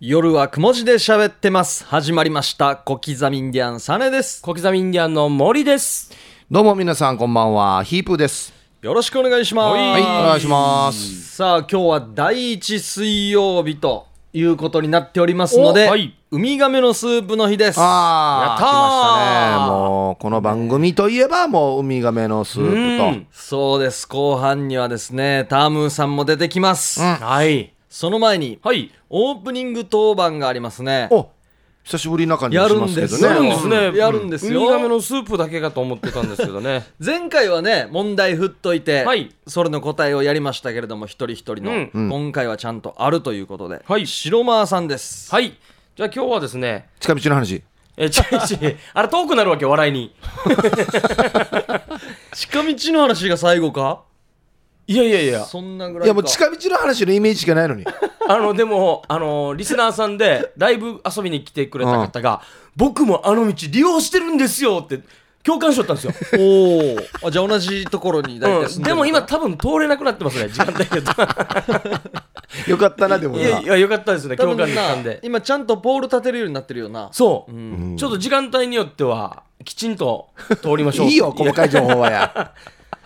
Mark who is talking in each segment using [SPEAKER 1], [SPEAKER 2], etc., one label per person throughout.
[SPEAKER 1] 夜はくも字で喋ってます。始まりました。小刻みインディアンサネです。
[SPEAKER 2] 小刻みインディアンの森です。
[SPEAKER 3] どうも皆さんこんばんはヒープーです
[SPEAKER 1] よろしくお願いします。
[SPEAKER 3] はいお願いします
[SPEAKER 1] さあ、今日は第一水曜日ということになっておりますので、
[SPEAKER 2] おはい
[SPEAKER 1] ウミガメのスープの日です。
[SPEAKER 3] あー
[SPEAKER 1] やったー
[SPEAKER 3] 来ましたねもうこの番組といえばもうウミガメのスープと
[SPEAKER 1] そうです。後半にはですね、タームーさんも出てきます。
[SPEAKER 3] うん
[SPEAKER 2] はい。
[SPEAKER 1] その前に、
[SPEAKER 2] はい。
[SPEAKER 1] オープニング当番がありますね。
[SPEAKER 3] お久しぶりな感じ
[SPEAKER 1] や
[SPEAKER 3] がし
[SPEAKER 1] る
[SPEAKER 3] ま
[SPEAKER 1] ん
[SPEAKER 3] す
[SPEAKER 1] で
[SPEAKER 3] け
[SPEAKER 1] す
[SPEAKER 3] ど
[SPEAKER 1] よ。
[SPEAKER 2] やるん
[SPEAKER 3] ね
[SPEAKER 2] ですね
[SPEAKER 1] うんやるんですよ。
[SPEAKER 2] ウミガメのスープだけかと思ってたんですけどね。
[SPEAKER 1] 前回はね問題振っといて、
[SPEAKER 2] はい
[SPEAKER 1] それの答えをやりましたけれども一人一人の、
[SPEAKER 2] うん
[SPEAKER 1] 今回はちゃんとあるということで、
[SPEAKER 2] はい
[SPEAKER 1] 白間さんです、
[SPEAKER 2] はい。じゃあ今日はですね、
[SPEAKER 3] 近道の話
[SPEAKER 2] え、ちょいちょい、あれ遠くなるわけよ笑いに。
[SPEAKER 1] 近道の話が最後か
[SPEAKER 2] いやいやいや、
[SPEAKER 1] そんなぐらいか
[SPEAKER 3] いやもう近道の話のイメージしかないのに
[SPEAKER 2] あの、でも、あの、リスナーさんでライブ遊びに来てくれた方が、僕もあの道利用してるんですよって共感しとったんですよ。
[SPEAKER 1] おおあじゃあ同じところに大体
[SPEAKER 2] う
[SPEAKER 1] 住ん
[SPEAKER 2] ん、
[SPEAKER 1] で
[SPEAKER 2] で
[SPEAKER 1] る
[SPEAKER 2] も今
[SPEAKER 1] のか
[SPEAKER 2] 多分通れなくなってますね、時間帯が。
[SPEAKER 3] よかったなでも
[SPEAKER 2] いや
[SPEAKER 3] ない
[SPEAKER 2] や、よかったです
[SPEAKER 1] な
[SPEAKER 2] ね、共感できた
[SPEAKER 1] 多
[SPEAKER 2] ん
[SPEAKER 1] 分な
[SPEAKER 2] で。
[SPEAKER 1] 今ちゃんとポール立てるようになってるよな
[SPEAKER 2] そう、
[SPEAKER 1] ん
[SPEAKER 2] ちょっと時間帯によっては、きちんと通りましょう。
[SPEAKER 3] いいよ細かい情報はや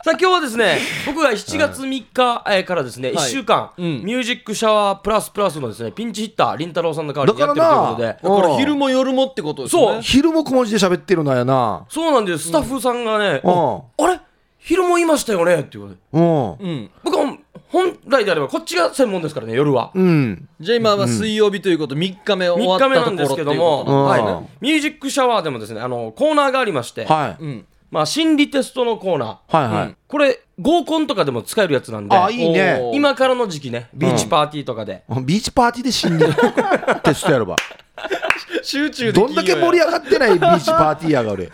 [SPEAKER 2] さあ今日はですね、僕が7月3日えーからですね、1
[SPEAKER 1] はい
[SPEAKER 2] 週間、
[SPEAKER 1] うん
[SPEAKER 2] ミュージックシャワープラスプラスのですね、ピンチヒッター、りんたろーさんの代わりにや
[SPEAKER 3] だ
[SPEAKER 2] って
[SPEAKER 3] か
[SPEAKER 2] るというこ
[SPEAKER 1] だ
[SPEAKER 3] らな、
[SPEAKER 2] とで
[SPEAKER 1] から
[SPEAKER 3] うん
[SPEAKER 1] 昼も夜もってことですね
[SPEAKER 2] そう
[SPEAKER 3] 昼も小文字で喋ってるのやな
[SPEAKER 2] そうなんです、スタッフさんがね、
[SPEAKER 3] うん
[SPEAKER 2] ああれ昼もいましたよねっていうことで、
[SPEAKER 3] うん
[SPEAKER 1] うん、
[SPEAKER 2] 僕は本来であれば、こっちが専門ですからね、夜は。
[SPEAKER 3] うん
[SPEAKER 1] じゃあ今は水曜日ということ3日目終わ
[SPEAKER 2] 3
[SPEAKER 1] った
[SPEAKER 2] 日目
[SPEAKER 1] とこ
[SPEAKER 2] な
[SPEAKER 1] ろって
[SPEAKER 2] ん
[SPEAKER 1] い
[SPEAKER 2] で
[SPEAKER 1] う
[SPEAKER 2] す
[SPEAKER 1] こと
[SPEAKER 2] けども、
[SPEAKER 3] ん
[SPEAKER 2] はい
[SPEAKER 3] うん
[SPEAKER 2] ミュージックシャワーでもですねあのコーナーがありまして、
[SPEAKER 3] は
[SPEAKER 1] う
[SPEAKER 3] い
[SPEAKER 1] ん、
[SPEAKER 2] まあ、心理テストのコーナー、
[SPEAKER 3] はいは
[SPEAKER 1] うん
[SPEAKER 3] い
[SPEAKER 2] これ合コンとかでも使えるやつなんで
[SPEAKER 3] あいいね
[SPEAKER 1] おー
[SPEAKER 2] 今からの時期ねビーチパーティーとかで、
[SPEAKER 3] ビーチパーティーで死んでるテストやれば
[SPEAKER 1] 集中できん
[SPEAKER 3] ど
[SPEAKER 1] よ
[SPEAKER 3] んだけ盛り上がってないビーチパーティーやが俺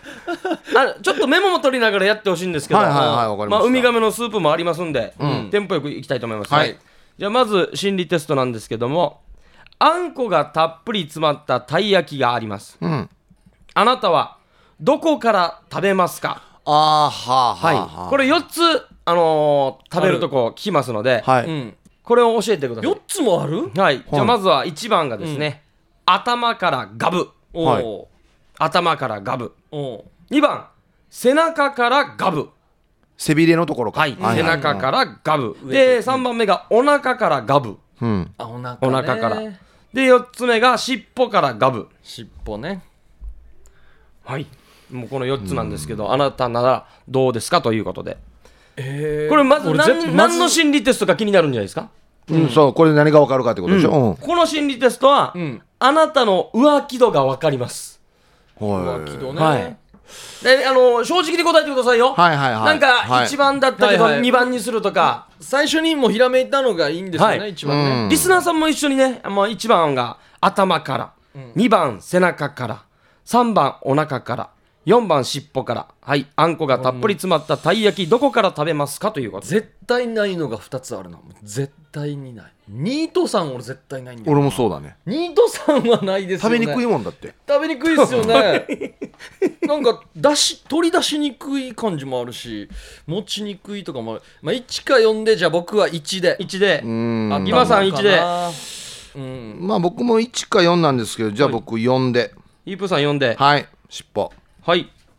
[SPEAKER 2] あちょっとメモも取りながらやってほしいんですけども
[SPEAKER 3] はいはいはいわかりました
[SPEAKER 2] あウミガメのスープもありますんで、テンポよくいきたいと思います、ね
[SPEAKER 1] はい
[SPEAKER 2] じゃあまず心理テストなんですけどもあんこがたっぷり詰まったたい焼きがあります、
[SPEAKER 3] ん
[SPEAKER 2] あなたはどこから食べますか
[SPEAKER 3] ああはあはあは
[SPEAKER 2] これ4つ、あのー食べるとこ聞きますので、
[SPEAKER 3] は
[SPEAKER 1] う
[SPEAKER 3] い。
[SPEAKER 1] ん、
[SPEAKER 2] これを教えてください
[SPEAKER 1] 4つもある
[SPEAKER 2] はい、じゃあまずは1番がですね、頭からガブ
[SPEAKER 1] おお、
[SPEAKER 3] はい
[SPEAKER 2] 頭からガブ
[SPEAKER 1] おお
[SPEAKER 2] 2番背中からガブ
[SPEAKER 3] 背びれのところか。
[SPEAKER 2] はい、背中
[SPEAKER 3] ら。
[SPEAKER 2] からガブ、で3番目がお腹からガブ
[SPEAKER 3] うん。
[SPEAKER 1] あお腹ね
[SPEAKER 2] お腹からで4つ目が尻尾からガブ
[SPEAKER 1] 尻尾ね
[SPEAKER 2] はいもうこの4つなんですけどあなたならどうですかということで
[SPEAKER 1] え
[SPEAKER 2] これまず
[SPEAKER 1] 俺
[SPEAKER 2] 何,、
[SPEAKER 1] 絶対
[SPEAKER 2] 何の心理テストか気になるんじゃないですか
[SPEAKER 3] うん、そう、これで何がわかるかってことでしょ。
[SPEAKER 2] この心理テストは、
[SPEAKER 1] ん
[SPEAKER 2] あなたの浮気度が分かります
[SPEAKER 3] うん。は
[SPEAKER 1] 浮気
[SPEAKER 3] い。
[SPEAKER 1] 度ね、
[SPEAKER 2] はいであの正直に答えてくださいよ
[SPEAKER 3] はいはいはい
[SPEAKER 2] なんか
[SPEAKER 3] はい
[SPEAKER 2] 1番だったけど
[SPEAKER 1] はいはい
[SPEAKER 2] 2番にするとか、
[SPEAKER 1] 最初にもうひらめいたのがいいんですよね、
[SPEAKER 2] はい
[SPEAKER 1] 一番ね、
[SPEAKER 3] うん
[SPEAKER 2] リスナーさんも一緒にね、まあ、1番が頭から、2番背中から、3番お腹から、4番尻尾から、はい、あんこがたっぷり詰まったたい焼き、どこから食べますかということで。
[SPEAKER 1] 絶対ないのが2つあるなもう絶対にないニートさん俺絶対ないんだよ
[SPEAKER 3] 俺もそうだね。
[SPEAKER 1] ニートさんはないですよ
[SPEAKER 3] 食
[SPEAKER 1] ね
[SPEAKER 3] べにくいもんだって。
[SPEAKER 1] 食べにくいっすよ ねなんか出し取り出しにくい感じもあるし持ちにくいとかもある、まあ、1か4でじゃあ僕は1で
[SPEAKER 2] 1で、
[SPEAKER 3] うん。
[SPEAKER 1] 頭
[SPEAKER 2] 今さん一で
[SPEAKER 1] かなうん
[SPEAKER 3] まあ僕も1か4なんですけど、じゃあ僕4で。
[SPEAKER 2] イープーさん読んで、はい、
[SPEAKER 3] はい。尻尾。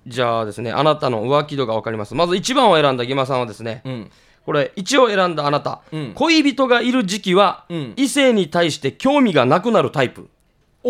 [SPEAKER 2] じゃあですね、あなたの浮気度が分かります。まず1番を選んだギマさんはですね、
[SPEAKER 1] うん
[SPEAKER 2] これ、1を選んだあなた、
[SPEAKER 1] うん
[SPEAKER 2] 恋人がいる時期は、
[SPEAKER 1] うん
[SPEAKER 2] 異性に対して興味がなくなるタイプ。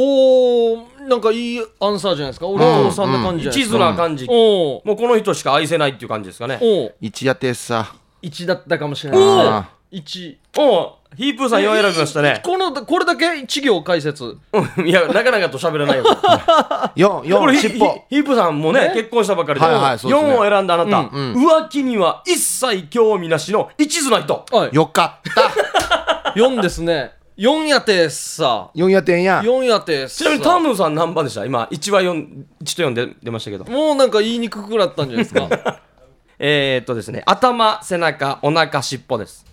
[SPEAKER 1] おーなんかいいアンサーじゃないですか俺はお父さんな感じじゃないで
[SPEAKER 2] 一
[SPEAKER 1] す
[SPEAKER 2] 途
[SPEAKER 1] か、
[SPEAKER 2] な感じ、
[SPEAKER 1] おお
[SPEAKER 2] もうこの人しか愛せないっていう感じですかね。
[SPEAKER 1] おお
[SPEAKER 3] 1やってさ。
[SPEAKER 1] 1だったかもしれないですね
[SPEAKER 3] あ
[SPEAKER 1] 1
[SPEAKER 2] おうヒープーさん4選びましたね。
[SPEAKER 1] このこれだけ1行解説
[SPEAKER 2] うんいや、なかなかと喋らないよ。
[SPEAKER 3] 4、
[SPEAKER 2] これ
[SPEAKER 3] 4、尻尾。
[SPEAKER 2] ヒープーさんもね、結婚したばかりで、
[SPEAKER 3] はいはいそうですね
[SPEAKER 2] 4を選んだあなた、
[SPEAKER 3] うん
[SPEAKER 2] 浮気には一切興味なしの一途な人。
[SPEAKER 1] はい
[SPEAKER 3] よかった。
[SPEAKER 1] 4ですね4やてさ
[SPEAKER 3] 4やってんや。
[SPEAKER 1] 4やてさ
[SPEAKER 2] ちなみにタームさん何番でした今、1は4、1と4で出ましたけど。
[SPEAKER 1] もうなんか言いにくくなったんじゃないです か
[SPEAKER 2] えー、っとですね、頭、背中、お腹、尻尾です。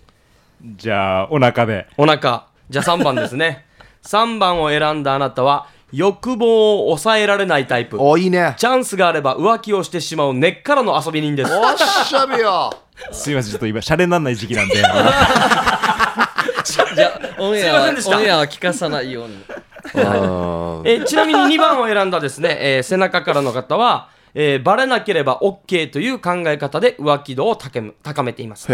[SPEAKER 4] じゃあお腹で
[SPEAKER 2] お腹。じゃあ3番ですね。3番を選んだあなたは、欲望を抑えられないタイプ。
[SPEAKER 3] お、いいね。
[SPEAKER 2] チャンスがあれば浮気をしてしまう根っからの遊び人です。
[SPEAKER 3] おっしゃべよ。
[SPEAKER 4] すいませんちょっと今シャレになんない時期なんで
[SPEAKER 1] じゃあオンエア
[SPEAKER 2] すいませ
[SPEAKER 1] は
[SPEAKER 2] んでした
[SPEAKER 1] オンエアは聞かさないように
[SPEAKER 3] あー
[SPEAKER 2] えーちなみに2番を選んだですね、えー背中からの方は、えーバレなければ OK という考え方で浮気度を高め高めています
[SPEAKER 3] へ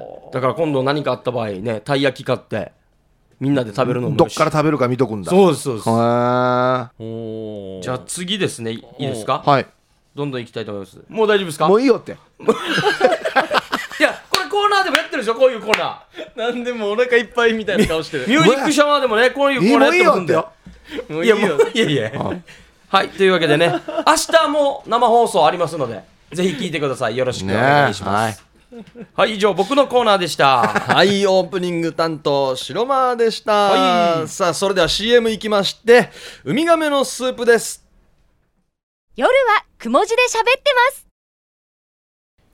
[SPEAKER 3] え
[SPEAKER 2] だから今度何かあった場合ねたい焼き買ってみんなで食べるのも
[SPEAKER 3] どっから
[SPEAKER 2] ら
[SPEAKER 3] 食べるか見とくんだ
[SPEAKER 2] そうですそうです
[SPEAKER 3] は
[SPEAKER 1] おー
[SPEAKER 2] じゃあ次ですねいいですか
[SPEAKER 3] はい
[SPEAKER 2] どんどん行きたいと思いますもう大丈夫ですか
[SPEAKER 3] もういいよって
[SPEAKER 2] いやこれコーナーでもやってるでしょこういうコーナ
[SPEAKER 1] なんでもお腹いっぱいみたいな顔して
[SPEAKER 2] ー
[SPEAKER 1] る
[SPEAKER 2] ミュージックシャワーでもねこういうコ
[SPEAKER 3] いい
[SPEAKER 2] ーナ
[SPEAKER 3] も
[SPEAKER 2] ー
[SPEAKER 3] ういい
[SPEAKER 2] やって
[SPEAKER 3] よ
[SPEAKER 2] ま
[SPEAKER 1] も
[SPEAKER 3] ってよ
[SPEAKER 2] すんで
[SPEAKER 1] うい
[SPEAKER 2] い
[SPEAKER 1] い
[SPEAKER 2] や
[SPEAKER 1] よ
[SPEAKER 2] もういやいやはいというわけでね明日も生放送ありますのでぜひ聞いてくださいよろしくお願いします、はい、以上僕のコーナーでした
[SPEAKER 1] はい、オープニング担当、白間でした。さあ、それでは CM 行きまして、ウミガメのスープです。
[SPEAKER 5] 夜はくも字で喋ってます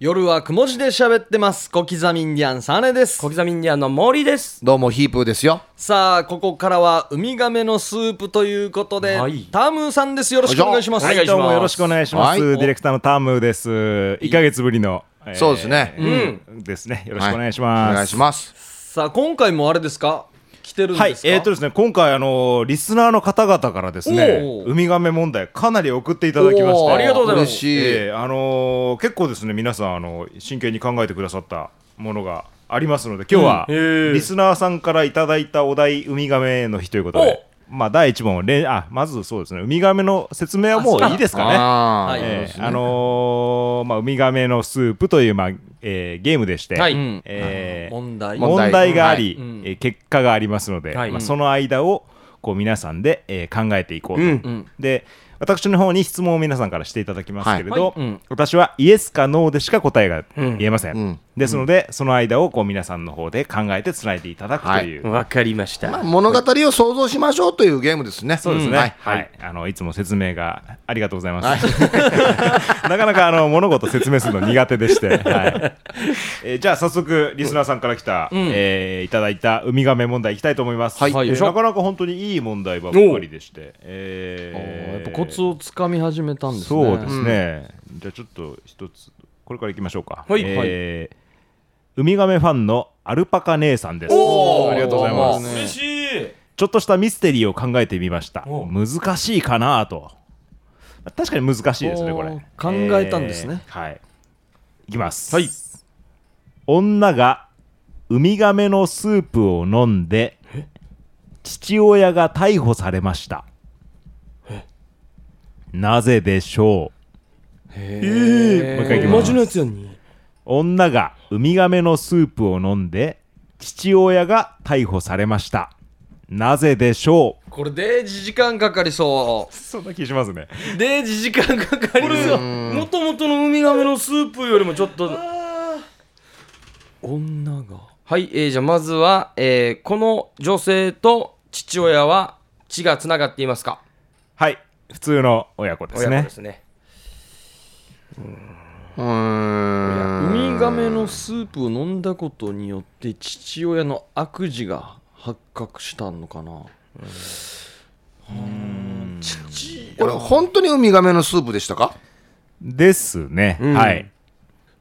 [SPEAKER 1] 夜はくも字で喋ってます。小刻みインディアン、サネです
[SPEAKER 2] 小。刻みインディアンの森です
[SPEAKER 3] どうもヒープーですよ
[SPEAKER 1] さあ、ここからはウミガメのスープということで、
[SPEAKER 2] はい
[SPEAKER 1] タムーさんです。よろしくお願いします。
[SPEAKER 2] はい
[SPEAKER 1] はい
[SPEAKER 2] お願いします
[SPEAKER 4] どうもよろしくお願いします。
[SPEAKER 3] はい
[SPEAKER 4] ディレクターのタムです。一ヶ月ぶりの、えー
[SPEAKER 3] そうですね。
[SPEAKER 4] うんですね。よろしくお願いします。
[SPEAKER 3] はお願いします
[SPEAKER 1] さあ、今回もあれですか来てるん
[SPEAKER 4] はい
[SPEAKER 1] ですか、
[SPEAKER 4] えーとですね、今回、あのーリスナーの方々からですね
[SPEAKER 1] おー
[SPEAKER 4] ウミガメ問題かなり送っていただきまし
[SPEAKER 3] お
[SPEAKER 4] て
[SPEAKER 3] ー
[SPEAKER 2] ありがとうございます
[SPEAKER 3] 嬉しい
[SPEAKER 4] えーあのー結構ですね皆さん、あのー真剣に考えてくださったものがありますので今日は、
[SPEAKER 2] うんへー
[SPEAKER 4] リスナーさんからいただいたお題「ウミガメの日」ということで、まあ、第1問れんあまずそうですねウミガメの説明はもういいですかね。
[SPEAKER 3] あ
[SPEAKER 1] はい
[SPEAKER 3] ー
[SPEAKER 4] えーあのーまあ、ウミガメのスープという、まあえーゲームでして、
[SPEAKER 2] はい
[SPEAKER 1] うん
[SPEAKER 4] えー
[SPEAKER 1] 問題
[SPEAKER 4] 問題があり、
[SPEAKER 1] 問題
[SPEAKER 4] えー結果がありますので、
[SPEAKER 2] はい
[SPEAKER 4] まあ、その間をこう皆さんで、えー考えていこうと、
[SPEAKER 2] うん
[SPEAKER 1] ん
[SPEAKER 4] で私の方に質問を皆さんからしていただきますけれど、
[SPEAKER 2] はい
[SPEAKER 1] うん
[SPEAKER 4] 私はイエスかノーでしか答えが言えません、
[SPEAKER 3] うん
[SPEAKER 4] ですので、その間をこう皆さんの方で考えてつないでいただくという、
[SPEAKER 2] わかりました、
[SPEAKER 3] まあ物語を想像しましょうというゲームですね
[SPEAKER 4] そうですね、
[SPEAKER 3] ん
[SPEAKER 4] は
[SPEAKER 3] はいい、
[SPEAKER 4] あのいつも説明がありがとうございます、 なかなかあの物事説明するの苦手でして、はいえーじゃあ早速リスナーさんから来た、えーいただいたウミガメ問題いきたいと思います、
[SPEAKER 3] はい
[SPEAKER 4] え
[SPEAKER 3] はい
[SPEAKER 1] よいし
[SPEAKER 4] ー
[SPEAKER 1] ょ
[SPEAKER 4] なかなか本当にいい問題ばっかりでして、えー
[SPEAKER 1] やっぱコツをつかみ始めたんですね。
[SPEAKER 4] そうですね、じゃあちょっと一つこれからいきましょうか、
[SPEAKER 2] はい
[SPEAKER 4] えーウミガメファンのアルパカ姉さんです
[SPEAKER 2] おー
[SPEAKER 4] ありがとうございます
[SPEAKER 2] 嬉しい
[SPEAKER 4] ちょっとしたミステリーを考えてみました
[SPEAKER 2] おう
[SPEAKER 4] 難しいかなと確かに難しいですね
[SPEAKER 1] おう
[SPEAKER 4] これ
[SPEAKER 1] 考えたんですね
[SPEAKER 4] えーはいいきますはい女がウミガメのスープを飲んで父親が逮捕されましたなぜでしょう
[SPEAKER 2] え
[SPEAKER 4] もう一回いきま
[SPEAKER 2] マ
[SPEAKER 4] す
[SPEAKER 2] ジのやつやんに
[SPEAKER 4] 女がウミガメのスープを飲んで父親が逮捕されましたなぜでしょう
[SPEAKER 1] これで時間かかりそ
[SPEAKER 4] そんな気しますね
[SPEAKER 1] う。で時間かかりそう。
[SPEAKER 2] もともとのウミガメのスープよりもちょっと
[SPEAKER 1] 女が。
[SPEAKER 2] はい、えーじゃあまずは、えーこの女性と父親は血がつながっていますか
[SPEAKER 4] はい普通の親子です
[SPEAKER 2] 親子
[SPEAKER 4] ね
[SPEAKER 2] ですね
[SPEAKER 3] うーん
[SPEAKER 1] ウミガメのスープを飲んだことによって父親の悪事が発覚したのかなうーん父
[SPEAKER 3] これ本当にウミガメのスープでしたか
[SPEAKER 4] ですね、はい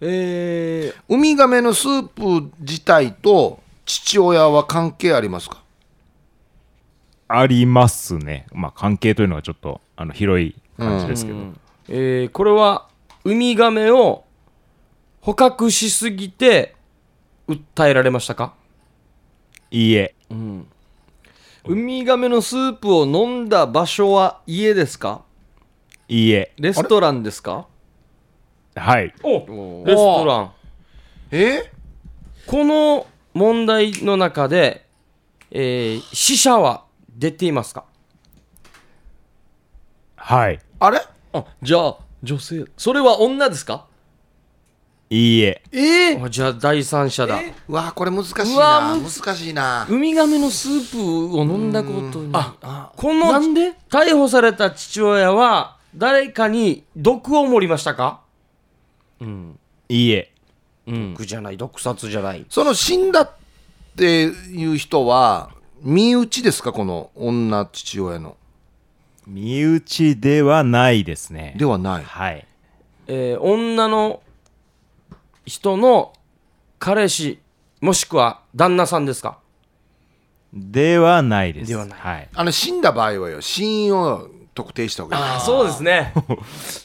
[SPEAKER 1] え
[SPEAKER 3] ウミガメのスープ自体と父親は関係ありますか
[SPEAKER 4] ありますねまあ関係というのはちょっとあの広い感じですけど、
[SPEAKER 2] えーこれはウミガメを捕獲しすぎて訴えられましたか
[SPEAKER 4] いいえ
[SPEAKER 1] ー、ウミガメのスープを飲んだ場所は家ですか
[SPEAKER 4] いいえ
[SPEAKER 1] レストランですか
[SPEAKER 4] はい
[SPEAKER 2] おレストラン
[SPEAKER 3] え
[SPEAKER 2] この問題の中で、えー死者は出ていますか
[SPEAKER 4] はい
[SPEAKER 3] あれ
[SPEAKER 1] あじゃあ女性それは女ですか
[SPEAKER 4] いいえ
[SPEAKER 1] え
[SPEAKER 2] あじゃあ第三者だ
[SPEAKER 3] うわこれ難しいう
[SPEAKER 1] わ
[SPEAKER 3] な難しいな
[SPEAKER 1] ウミガメのスープを飲んだことにああ
[SPEAKER 2] この
[SPEAKER 1] なんで
[SPEAKER 2] 逮捕された父親は誰かに毒を盛りましたか
[SPEAKER 4] いいえ
[SPEAKER 2] 毒じゃない毒殺じゃない
[SPEAKER 3] その死んだっていう人は身内ですかこの女父親の
[SPEAKER 4] 身内ではないですね
[SPEAKER 3] ではない
[SPEAKER 4] はい
[SPEAKER 2] えー女の人の彼氏もしくは旦那さんですか
[SPEAKER 4] ではないです。
[SPEAKER 2] ではない
[SPEAKER 4] はい。
[SPEAKER 3] あの死んだ場合はよ死因を特定した方がいい
[SPEAKER 2] あそうですね、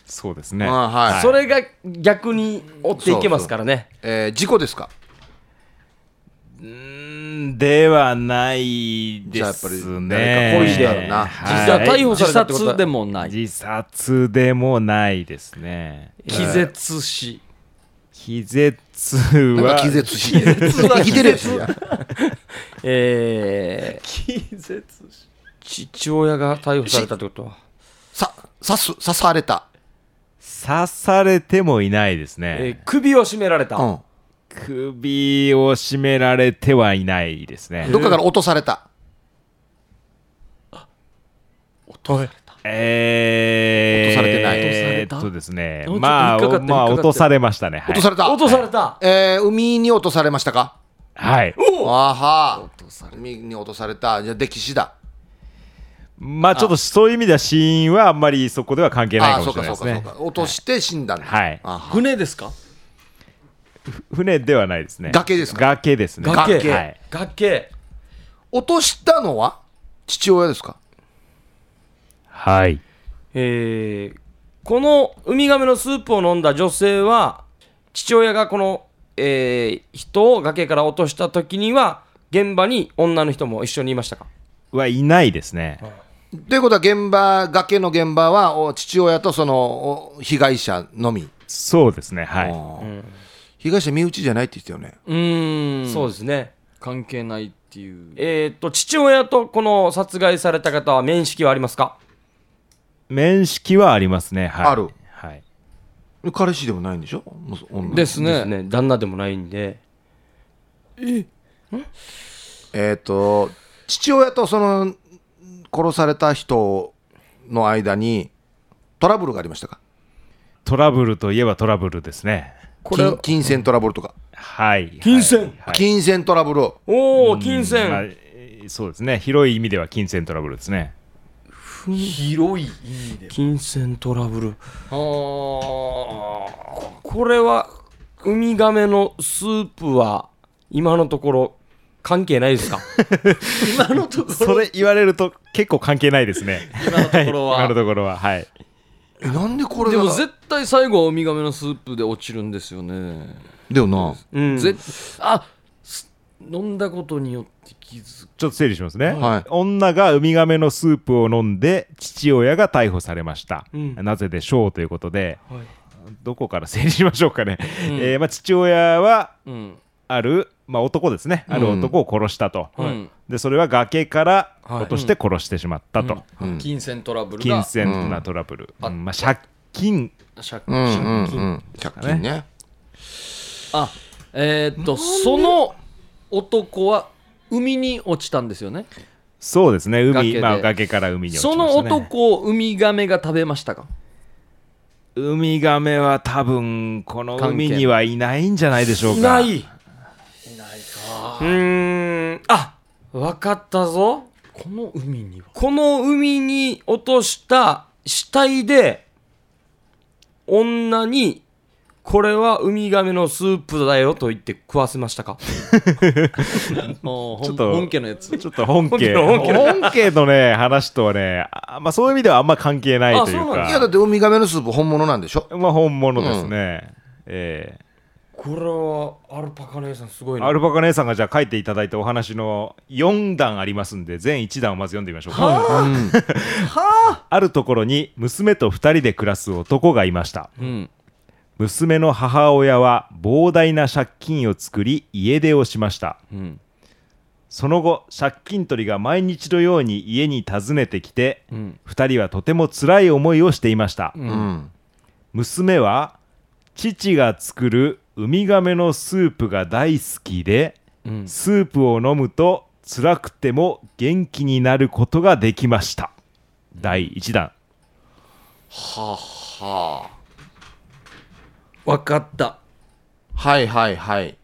[SPEAKER 4] そうですね。
[SPEAKER 3] あはい
[SPEAKER 2] それが逆に追っていけますからね
[SPEAKER 3] えー事故ですか
[SPEAKER 4] うーんではないです
[SPEAKER 3] じゃあやっ
[SPEAKER 4] ね。
[SPEAKER 3] ぱり誰か故意だろうな
[SPEAKER 4] はい
[SPEAKER 1] じゃあ逮捕さ
[SPEAKER 2] 自
[SPEAKER 1] れたって
[SPEAKER 2] 殺
[SPEAKER 1] こと
[SPEAKER 2] で
[SPEAKER 1] で
[SPEAKER 2] も
[SPEAKER 1] もない
[SPEAKER 4] 自殺でもないですね。
[SPEAKER 1] 気絶死
[SPEAKER 4] 気絶
[SPEAKER 3] なんか
[SPEAKER 4] は
[SPEAKER 3] 気絶 死生きてるやつや
[SPEAKER 2] えー、
[SPEAKER 1] 気絶死
[SPEAKER 2] 父親が逮捕されたってことは
[SPEAKER 3] さ刺す刺された
[SPEAKER 4] 刺されてもいないです
[SPEAKER 2] え
[SPEAKER 4] ね
[SPEAKER 2] ー。首を絞められた、
[SPEAKER 3] うん
[SPEAKER 4] 首を絞められてはいないですね。
[SPEAKER 3] どっかから落とされた
[SPEAKER 4] えー、
[SPEAKER 3] 落とされてない
[SPEAKER 4] え
[SPEAKER 1] 落とされた
[SPEAKER 4] ーっとですね
[SPEAKER 1] おちょっと、
[SPEAKER 4] まあ、
[SPEAKER 1] 引っかか
[SPEAKER 4] お
[SPEAKER 1] って
[SPEAKER 4] ま
[SPEAKER 1] 引っかか
[SPEAKER 4] あ、
[SPEAKER 1] って
[SPEAKER 4] 落とされましたね。はい
[SPEAKER 3] 落とされた
[SPEAKER 2] 落とされた、
[SPEAKER 3] えー海に落とされましたか
[SPEAKER 4] はい。
[SPEAKER 3] あは海に落とされたじゃあ溺死だ
[SPEAKER 4] まあ、ちょっとそういう意味では死因はあんまりそこでは関係ない
[SPEAKER 3] あ
[SPEAKER 4] か
[SPEAKER 3] ー
[SPEAKER 4] も
[SPEAKER 3] そう
[SPEAKER 4] しれ
[SPEAKER 3] か
[SPEAKER 4] ない
[SPEAKER 3] そう
[SPEAKER 4] で
[SPEAKER 3] かそ
[SPEAKER 4] す
[SPEAKER 3] う
[SPEAKER 4] ね。
[SPEAKER 3] か落として死んだんだ
[SPEAKER 4] はい
[SPEAKER 3] あは
[SPEAKER 1] 船ですか
[SPEAKER 4] 船ではないですね。
[SPEAKER 3] 崖ですか
[SPEAKER 4] 崖ですね。
[SPEAKER 2] 崖
[SPEAKER 3] 崖
[SPEAKER 4] はい
[SPEAKER 2] 崖
[SPEAKER 3] 落としたのは父親ですか
[SPEAKER 4] はい。
[SPEAKER 2] えーこのウミガメのスープを飲んだ女性は父親がこの、えー人を崖から落とした時には現場に女の人も一緒にいましたか
[SPEAKER 4] はいないですね。
[SPEAKER 3] ということは現場崖の現場はお父親とそのお被害者のみ、
[SPEAKER 4] そうですね。はい。
[SPEAKER 3] おー被害者身内じゃないって言ってたよね
[SPEAKER 1] うーん
[SPEAKER 2] そうですね
[SPEAKER 1] 関係ないっていう
[SPEAKER 2] えっと父親とこの殺害された方は面識はありますか
[SPEAKER 4] 面識はありますね。はい。
[SPEAKER 3] ある
[SPEAKER 4] はい。
[SPEAKER 3] 彼氏でもないんでしょもう女の子
[SPEAKER 1] です
[SPEAKER 2] です
[SPEAKER 1] ね
[SPEAKER 2] ね旦那でもないんで
[SPEAKER 3] えっ、と父親とその殺された人の間にトラブルがありましたか
[SPEAKER 4] トラブルといえばトラブルですね。
[SPEAKER 3] 金金銭トラブルとか、
[SPEAKER 4] はい。金銭
[SPEAKER 3] 金銭トラブルを
[SPEAKER 2] おお金銭、
[SPEAKER 4] まあえーそうですね。広い意味では金銭トラブルですね。
[SPEAKER 1] 広い意味で
[SPEAKER 2] 金銭トラブル
[SPEAKER 1] あー
[SPEAKER 2] これはウミガメのスープは今のところ関係ない ですか
[SPEAKER 1] 今のところ
[SPEAKER 4] それ言われると結構関係ないですね。
[SPEAKER 1] 今のところは
[SPEAKER 4] 今のところは。はい。
[SPEAKER 3] えなんでこれ
[SPEAKER 1] で
[SPEAKER 3] が
[SPEAKER 1] も絶対最後はウミガメのスープで落ちるんですよね、
[SPEAKER 3] だよな
[SPEAKER 2] うん
[SPEAKER 1] ぜあす飲んだことによって気づく
[SPEAKER 4] ちょっと整理しますね、
[SPEAKER 3] はい
[SPEAKER 4] 女がウミガメのスープを飲んで父親が逮捕されました、
[SPEAKER 2] ん
[SPEAKER 4] なぜでしょうということで、どこから整理しましょうかね、えーまあ、父親は
[SPEAKER 1] うん
[SPEAKER 4] ある、まあ、男ですねある男を殺したと、
[SPEAKER 1] うん
[SPEAKER 4] でそれは崖から落として殺してしまったと、
[SPEAKER 1] 金銭トラブル
[SPEAKER 4] 金
[SPEAKER 1] が
[SPEAKER 4] 銭なトラブル、うんまあ、借金
[SPEAKER 1] 借
[SPEAKER 3] う
[SPEAKER 1] 金
[SPEAKER 3] んうんうん借金ね
[SPEAKER 1] あえーっとその男は海に落ちたんですよね
[SPEAKER 4] そうですね
[SPEAKER 1] 崖
[SPEAKER 4] 海
[SPEAKER 1] で
[SPEAKER 4] まあ、崖から海に落ちま
[SPEAKER 1] そ
[SPEAKER 4] した、ね、
[SPEAKER 1] の男をウミガメが食べましたか
[SPEAKER 4] ウミガメは多分この
[SPEAKER 1] 関係
[SPEAKER 4] 海にはいないんじゃないでしょうか
[SPEAKER 2] いないいないかうーんあわかったぞ
[SPEAKER 1] この海には
[SPEAKER 2] この海に落とした死体で女にこれはウミガメのスープだよと言って食わせましたか
[SPEAKER 1] もう
[SPEAKER 4] ち
[SPEAKER 1] 本
[SPEAKER 4] ょっと
[SPEAKER 1] 本家のやつ
[SPEAKER 4] ちょっと本家
[SPEAKER 2] 本
[SPEAKER 4] 本
[SPEAKER 2] 家
[SPEAKER 4] 家
[SPEAKER 2] の
[SPEAKER 4] のね話とはねあまあそういう意味ではあんま関係ないとい
[SPEAKER 2] あそううなん
[SPEAKER 4] か
[SPEAKER 2] だ
[SPEAKER 3] いやだってウミガメのスープ本物なんでしょ
[SPEAKER 4] まあ本物ですね、え
[SPEAKER 2] これはアルパカ姉さんすごい
[SPEAKER 4] え
[SPEAKER 2] な
[SPEAKER 4] アルパカ姉さんがじゃあ書いていただいたお話の4段ありますんで全1段をまず読んでみましょうか、 あるところに娘と2人で暮らす男がいました
[SPEAKER 1] うん
[SPEAKER 4] 娘の母親は膨大な借金を作り家出をしました
[SPEAKER 1] うん
[SPEAKER 4] その後借金取りが毎日のように家に訪ねてきて、
[SPEAKER 1] うん
[SPEAKER 4] 2人はとても辛い思いをしていました、
[SPEAKER 3] うん
[SPEAKER 4] 娘は父が作るウミガメのスープが大好きで、
[SPEAKER 1] うん
[SPEAKER 4] スープを飲むと辛くても元気になることができました第1弾
[SPEAKER 1] 分かった
[SPEAKER 3] はいはいはい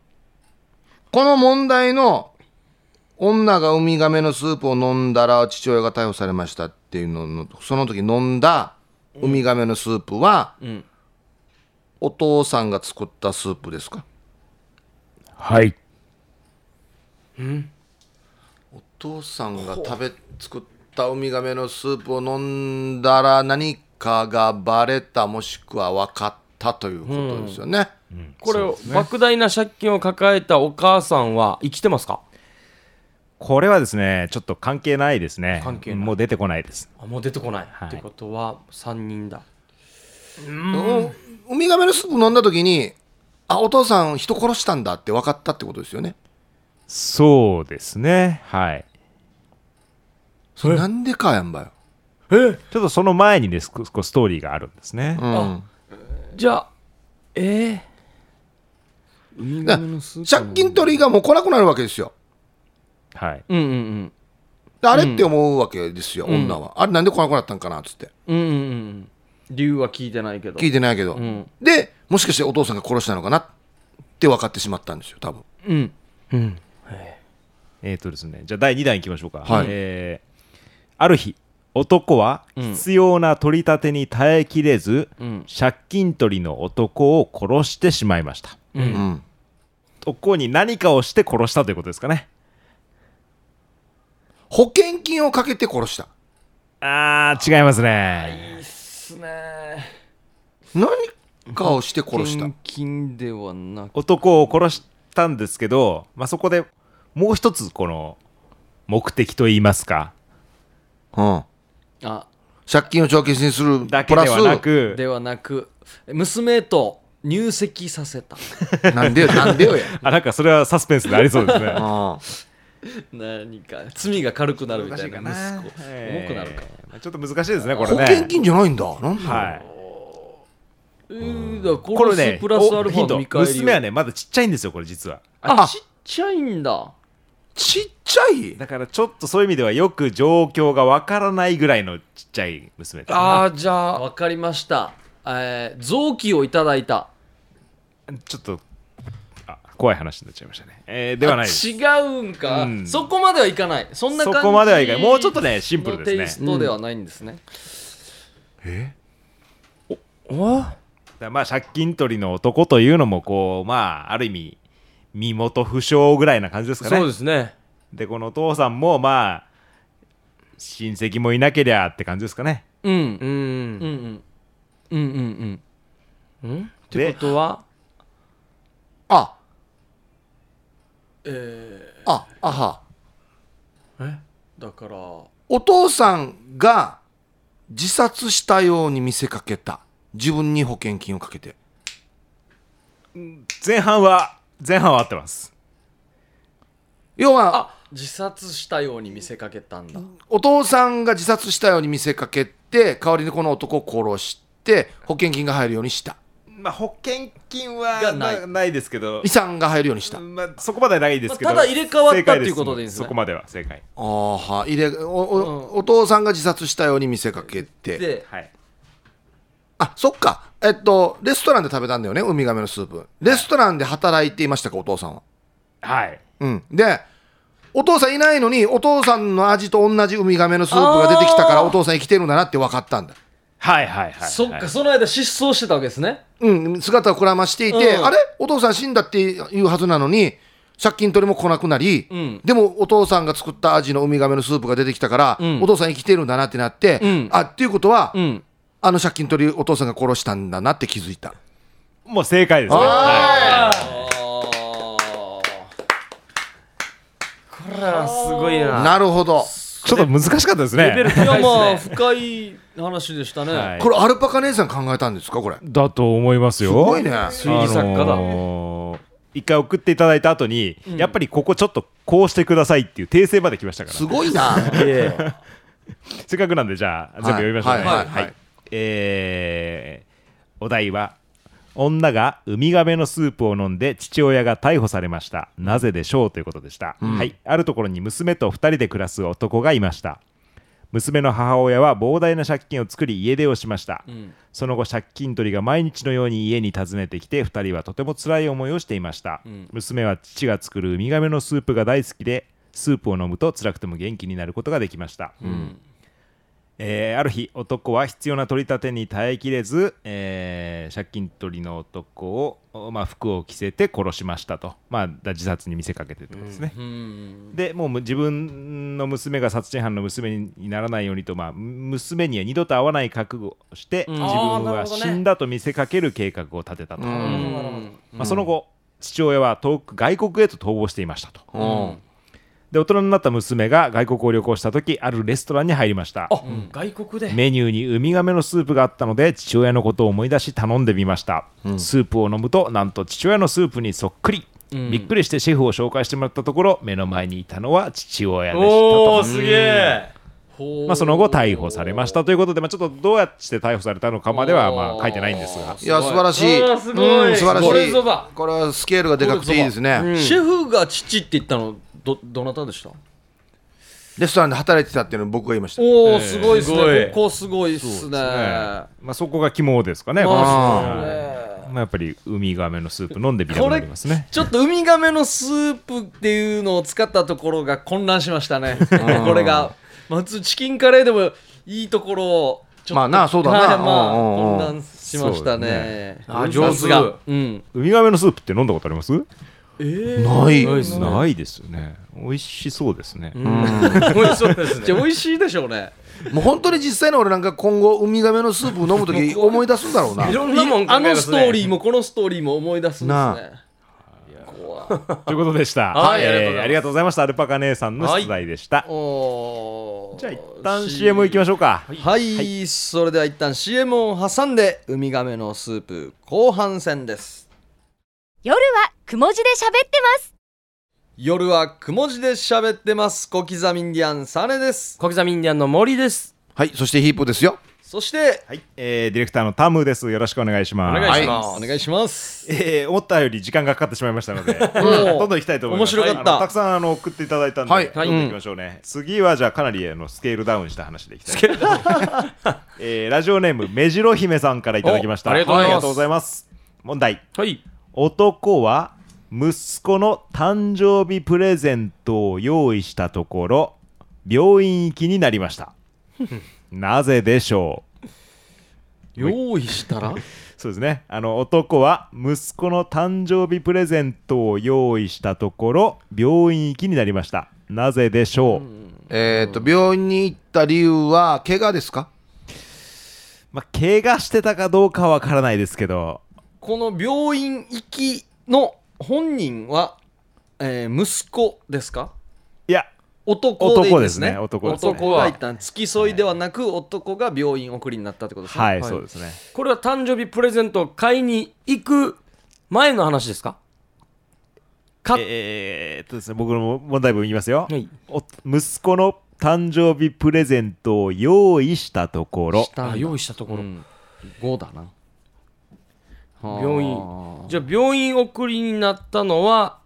[SPEAKER 3] この問題の女がウミガメのスープを飲んだら父親が逮捕されましたっていうののその時飲んだウミガメのスープは、
[SPEAKER 1] ん
[SPEAKER 3] お父さんが作ったスープですか
[SPEAKER 4] はい
[SPEAKER 3] お父さんが食べ作ったウミガメのスープを飲んだら何かがバレたもしくは分かったということですよね、
[SPEAKER 2] これ、
[SPEAKER 4] そうですね
[SPEAKER 2] 莫大な借金を抱えたお母さんは生きてますか
[SPEAKER 4] これはですね、ちょっと関係ないですね。
[SPEAKER 2] 関係ない
[SPEAKER 4] もう出てこないです。
[SPEAKER 2] あもう出てこない、
[SPEAKER 4] はい
[SPEAKER 2] ってことは3人だ
[SPEAKER 3] ウミガメのスープ飲んだ時にあお父さん人殺したんだって分かったってことですよね
[SPEAKER 4] そうですね。はい。
[SPEAKER 3] それなんでかやんばよ、
[SPEAKER 4] ちょっとその前にです、ここうストーリーがあるんですね。
[SPEAKER 3] うん、
[SPEAKER 2] じゃあええ
[SPEAKER 1] ウミ
[SPEAKER 3] だ
[SPEAKER 1] ガメのスープ
[SPEAKER 3] 借金取りがもう来なくなるわけですよ
[SPEAKER 4] はい。
[SPEAKER 1] うんうん
[SPEAKER 3] であれって思うわけですよ、女はあれなんで来なくなったんかなっつって
[SPEAKER 1] うんうんうんうん理由は聞いてないけど
[SPEAKER 3] 聞いてないけど、
[SPEAKER 1] ん
[SPEAKER 3] でもしかしてお父さんが殺したのかなって分かってしまったんですよ多分
[SPEAKER 1] うん
[SPEAKER 4] えっ、とですね、じゃあ第2弾いきましょうか。
[SPEAKER 3] はい
[SPEAKER 4] えーある日、男は必要な取り立てに耐えきれず、
[SPEAKER 1] うん
[SPEAKER 4] 借金取りの男を殺してしまいました。
[SPEAKER 3] うん
[SPEAKER 4] 男に何かをして殺したということですかね。
[SPEAKER 3] 保険金をかけて殺した
[SPEAKER 4] あー、違いますね。
[SPEAKER 1] すね
[SPEAKER 3] 何かをして殺した
[SPEAKER 1] 献金ではなく
[SPEAKER 4] 男を殺したんですけど、まあ、そこでもう一つ、この、目的といいますか、
[SPEAKER 3] うん、
[SPEAKER 1] あ
[SPEAKER 3] 借金を帳消しにする
[SPEAKER 4] だ
[SPEAKER 3] プ
[SPEAKER 4] け
[SPEAKER 3] ラ
[SPEAKER 4] で
[SPEAKER 3] ス
[SPEAKER 4] はなく、
[SPEAKER 1] ではなく娘と入籍させた
[SPEAKER 3] なんでよなんでよや、
[SPEAKER 4] あ、なんかそれはサスペンスでありそうです ね。
[SPEAKER 3] うん、
[SPEAKER 1] 何か罪が軽くなるみたいな息子
[SPEAKER 4] え
[SPEAKER 1] 重く
[SPEAKER 4] ー
[SPEAKER 1] なるか
[SPEAKER 4] まあちょっと難しいですね、これ
[SPEAKER 3] 保
[SPEAKER 4] ね。
[SPEAKER 3] 険金じゃないんだなんだ、
[SPEAKER 4] はい。
[SPEAKER 1] えーだから
[SPEAKER 4] これ
[SPEAKER 1] 殺
[SPEAKER 4] ね
[SPEAKER 1] す、プラスアルフ
[SPEAKER 4] ヒン
[SPEAKER 1] ァ
[SPEAKER 4] ト
[SPEAKER 1] 見返りを
[SPEAKER 4] 娘はね、まだちっちゃいんですよ、これ実は。
[SPEAKER 1] あちっちゃいんだ
[SPEAKER 3] ちっちゃい
[SPEAKER 4] だからちょっとそういう意味ではよく状況がわからないぐらいのちっちゃい娘ですね
[SPEAKER 2] ああじゃあ
[SPEAKER 1] わかりました、えー、臓器をいただいた
[SPEAKER 4] ちょっとあ怖い話になっちゃいましたね。えーではないです。
[SPEAKER 1] 違うんか、
[SPEAKER 4] うん
[SPEAKER 1] そこまではいかないそんな
[SPEAKER 4] そ
[SPEAKER 1] 感じ
[SPEAKER 4] こまではいかない。もうちょっとね、シンプル
[SPEAKER 1] のテ
[SPEAKER 4] で
[SPEAKER 1] イス
[SPEAKER 4] すね。
[SPEAKER 1] トではないんですね、
[SPEAKER 4] だからまあ借金取りの男というのもこうまあある意味身元不詳ぐらいな感じですかね。
[SPEAKER 2] そうですね
[SPEAKER 4] でこのお父さんもまあ親戚もいなけりゃって感じですかね。
[SPEAKER 1] うん
[SPEAKER 2] う、ん
[SPEAKER 1] うんうんうんうんうん
[SPEAKER 2] うんって
[SPEAKER 4] で
[SPEAKER 2] ことは
[SPEAKER 3] あ
[SPEAKER 1] え
[SPEAKER 3] ああは
[SPEAKER 1] ー、だから
[SPEAKER 3] お父さんが自殺したように見せかけた自分に保険金をかけて
[SPEAKER 4] 前半は前半は合ってます。
[SPEAKER 3] 要は
[SPEAKER 1] 自殺したように見せかけたんだ
[SPEAKER 3] お父さんが自殺したように見せかけて代わりにこの男を殺して保険金が入るようにした
[SPEAKER 4] まあ保険金は
[SPEAKER 1] がない
[SPEAKER 4] まあないですけど
[SPEAKER 3] 遺。産が入るようにした、
[SPEAKER 4] まあ、そこまではないですけど、
[SPEAKER 1] まあただ入れ替わった
[SPEAKER 4] 正解
[SPEAKER 1] っていうことでいいんですね
[SPEAKER 4] そこまでは正解
[SPEAKER 3] ああは入れおお,、お父さんが自殺したように見せかけて
[SPEAKER 1] で
[SPEAKER 4] はい
[SPEAKER 3] あそっかえっとレストランで食べたんだよねウミガメのスープレストランで働いていましたかお父さんは
[SPEAKER 4] はい
[SPEAKER 3] うんでお父さんいないのにお父さんの味と同じウミガメのスープが出てきたから
[SPEAKER 1] あー
[SPEAKER 3] お父さん生きてるんだなって分かったんだ
[SPEAKER 4] はいはいはい
[SPEAKER 1] そっか、その間失踪してたわけですね
[SPEAKER 3] うん、姿をくらましていて、
[SPEAKER 1] うん
[SPEAKER 3] あれお父さん死んだっていうはずなのに借金取りも来なくなり、
[SPEAKER 1] ん
[SPEAKER 3] でもお父さんが作ったアジのウミガメのスープが出てきたから、
[SPEAKER 1] ん
[SPEAKER 3] お父さん生きてるんだなってなって、
[SPEAKER 1] うん
[SPEAKER 3] あっていうことは、
[SPEAKER 1] うん
[SPEAKER 3] あの借金取りお父さんが殺したんだなって気づいた
[SPEAKER 4] もう正解ですね
[SPEAKER 3] おーい
[SPEAKER 1] あ
[SPEAKER 4] はい
[SPEAKER 2] これはすごいな
[SPEAKER 3] なるほど
[SPEAKER 4] ちょっと難しかった ですね
[SPEAKER 2] レベル
[SPEAKER 1] ーい
[SPEAKER 2] 高
[SPEAKER 1] や
[SPEAKER 2] い
[SPEAKER 1] まあ
[SPEAKER 2] ですね
[SPEAKER 1] 深い話でしたね、
[SPEAKER 4] はい
[SPEAKER 3] これアルパカ姉さん考えたんですかこれ
[SPEAKER 4] だと思いますよ
[SPEAKER 3] すごいね
[SPEAKER 2] 推理作家だ
[SPEAKER 4] あのー一回送っていただいた後に、やっぱりここちょっとこうしてくださいっていう訂正まで来ましたから
[SPEAKER 3] すごいな
[SPEAKER 4] せっかくなんでじゃあ全部読みましょうね
[SPEAKER 3] はいはいはい
[SPEAKER 4] えーお題は女がウミガメのスープを飲んで父親が逮捕されましたなぜでしょうということでした、はいあるところに娘と2人で暮らす男がいました娘の母親は膨大な借金を作り家出をしました、その後借金取りが毎日のように家に訪ねてきて2人はとても辛い思いをしていました、娘は父が作るウミガメのスープが大好きでスープを飲むと辛くても元気になることができました、えーある日男は必要な取り立てに耐えきれず、えー借金取りの男を、おまあ、服を着せて殺しましたと、まあ、だ自殺に見せかけてってことですね、
[SPEAKER 1] うん
[SPEAKER 4] でもうむ自分の娘が殺人犯の娘にならないようにと、まあ、娘には二度と会わない覚悟をして、
[SPEAKER 1] うん
[SPEAKER 4] 自
[SPEAKER 1] あー
[SPEAKER 4] 分
[SPEAKER 1] な
[SPEAKER 4] は
[SPEAKER 1] るほどね
[SPEAKER 4] 死んだと見せかける計画を立てたと、
[SPEAKER 3] う
[SPEAKER 1] うんん
[SPEAKER 4] まあ、その後父親は遠く外国へと逃亡していましたと
[SPEAKER 3] うん
[SPEAKER 4] で大人になった娘が外国を旅行した時あるレストランに入りました
[SPEAKER 2] あ、外国で
[SPEAKER 4] メニューにウミガメのスープがあったので父親のことを思い出し頼んでみました、スープを飲むとなんと父親のスープにそっくり、びっくりしてシェフを紹介してもらったところ目の前にいたのは父親でした
[SPEAKER 2] お
[SPEAKER 4] と
[SPEAKER 2] おすげえ
[SPEAKER 1] ほう
[SPEAKER 4] まあ、その後逮捕されましたということで、まあ、ちょっとどうやって逮捕されたのかまではまあ書いてないんですが
[SPEAKER 3] いや素晴らしい
[SPEAKER 2] あーすごい
[SPEAKER 3] うん素晴らしい
[SPEAKER 2] これぞだ
[SPEAKER 3] これはスケールがでかくていいですね、
[SPEAKER 1] シェフが父って言ったのどどなたでした
[SPEAKER 3] レストランで働いてたっていうのを僕が言いました
[SPEAKER 1] おおすごいです
[SPEAKER 2] すごい
[SPEAKER 1] ねここすごいですね
[SPEAKER 4] まあ、そこが肝ですかね、この
[SPEAKER 1] まあそう
[SPEAKER 4] はい
[SPEAKER 1] ね
[SPEAKER 4] まあ、やっぱりウミガメのスープ飲んでみたく
[SPEAKER 1] こ
[SPEAKER 4] な
[SPEAKER 1] れ
[SPEAKER 4] りますね
[SPEAKER 1] ちょっとウミガメのスープっていうのを使ったところが混乱しましたねこれが、まあ、普通チキンカレーでもいいところをちょっと
[SPEAKER 3] まあなそうだな
[SPEAKER 1] はいまあ
[SPEAKER 3] うんうんう
[SPEAKER 1] 混
[SPEAKER 3] ん
[SPEAKER 1] 乱しましたね
[SPEAKER 3] そうだねあ上手
[SPEAKER 1] さすがうん
[SPEAKER 4] ウミガメのスープって飲んだことあります
[SPEAKER 3] ない
[SPEAKER 4] ないですよね美味しそうですね、
[SPEAKER 2] 美味しそうです
[SPEAKER 1] じゃ
[SPEAKER 2] ね
[SPEAKER 1] あ美味しいでしょうね
[SPEAKER 3] もう本当に実際の俺なんか今後ウミガメのスープ飲む時思い出すんだろうない
[SPEAKER 2] ろんなもん考
[SPEAKER 1] あ
[SPEAKER 2] えま
[SPEAKER 1] の
[SPEAKER 2] す
[SPEAKER 1] ス
[SPEAKER 2] ね
[SPEAKER 1] トーリーもこのストーリーも思い出すんですね
[SPEAKER 3] な
[SPEAKER 1] 怖
[SPEAKER 4] ということでした、
[SPEAKER 2] はい
[SPEAKER 4] えー
[SPEAKER 2] ありがとうございます
[SPEAKER 4] ありがとうございましたアルパカ姉さんの出題でした、
[SPEAKER 1] おー
[SPEAKER 4] じゃあ一旦 CM 行きましょうか
[SPEAKER 1] はい、それでは一旦 CM を挟んでウミガメのスープ後半戦です
[SPEAKER 5] 夜はくも字で喋ってます
[SPEAKER 1] 夜はくも字で喋ってます小刻みインディアンサネです
[SPEAKER 2] 小刻みインディアンの森です
[SPEAKER 3] はいそしてヒープですよ
[SPEAKER 1] そして
[SPEAKER 4] はい、えーディレクターのタムですよろしくお願いします
[SPEAKER 2] お願いします
[SPEAKER 1] お願いします
[SPEAKER 4] えー思ったより時間がかかってしまいましたので、
[SPEAKER 1] ん
[SPEAKER 4] どんどん行きたいと思います。
[SPEAKER 1] 面白かった
[SPEAKER 4] あのたくさんあの送っていただいたんで、
[SPEAKER 3] はい
[SPEAKER 4] どんどん行きましょうね。次はじゃあかなりあのスケールダウンした話でいきたい。えーラジオネーム目白姫さんからいただきました。
[SPEAKER 2] おありがとうございます
[SPEAKER 4] あます問題。
[SPEAKER 2] はい
[SPEAKER 4] 男は息子の誕生日プレゼントを用意したところ病院行きになりま した。なぜでしょう。
[SPEAKER 1] 用意したら
[SPEAKER 4] そうですねあの男は息子の誕生日プレゼントを用意したところ病院行きになりましたなぜでしょう、
[SPEAKER 3] えっと病院に行った理由は怪我ですか
[SPEAKER 4] まあ、怪我してたかどうかはわからないですけど
[SPEAKER 1] この病院行きの本人は、えー息子ですか
[SPEAKER 4] いや
[SPEAKER 1] 男でいいですね
[SPEAKER 4] 男ですね男ですね
[SPEAKER 1] 男は一旦付き添いではなく男が病院送りになったってことですね
[SPEAKER 4] はい、
[SPEAKER 2] はい
[SPEAKER 4] そうですね
[SPEAKER 2] これは誕生日プレゼントを買いに行く前の話ですかか
[SPEAKER 4] えーっとですね僕の問題文言いますよ、
[SPEAKER 2] はい
[SPEAKER 4] お息子の誕生日プレゼントを用意したところ
[SPEAKER 1] したんだ
[SPEAKER 2] あ用意したとこ
[SPEAKER 1] う
[SPEAKER 2] ろ、
[SPEAKER 1] ん、5だな
[SPEAKER 2] 病院じゃあ病院送りになったのは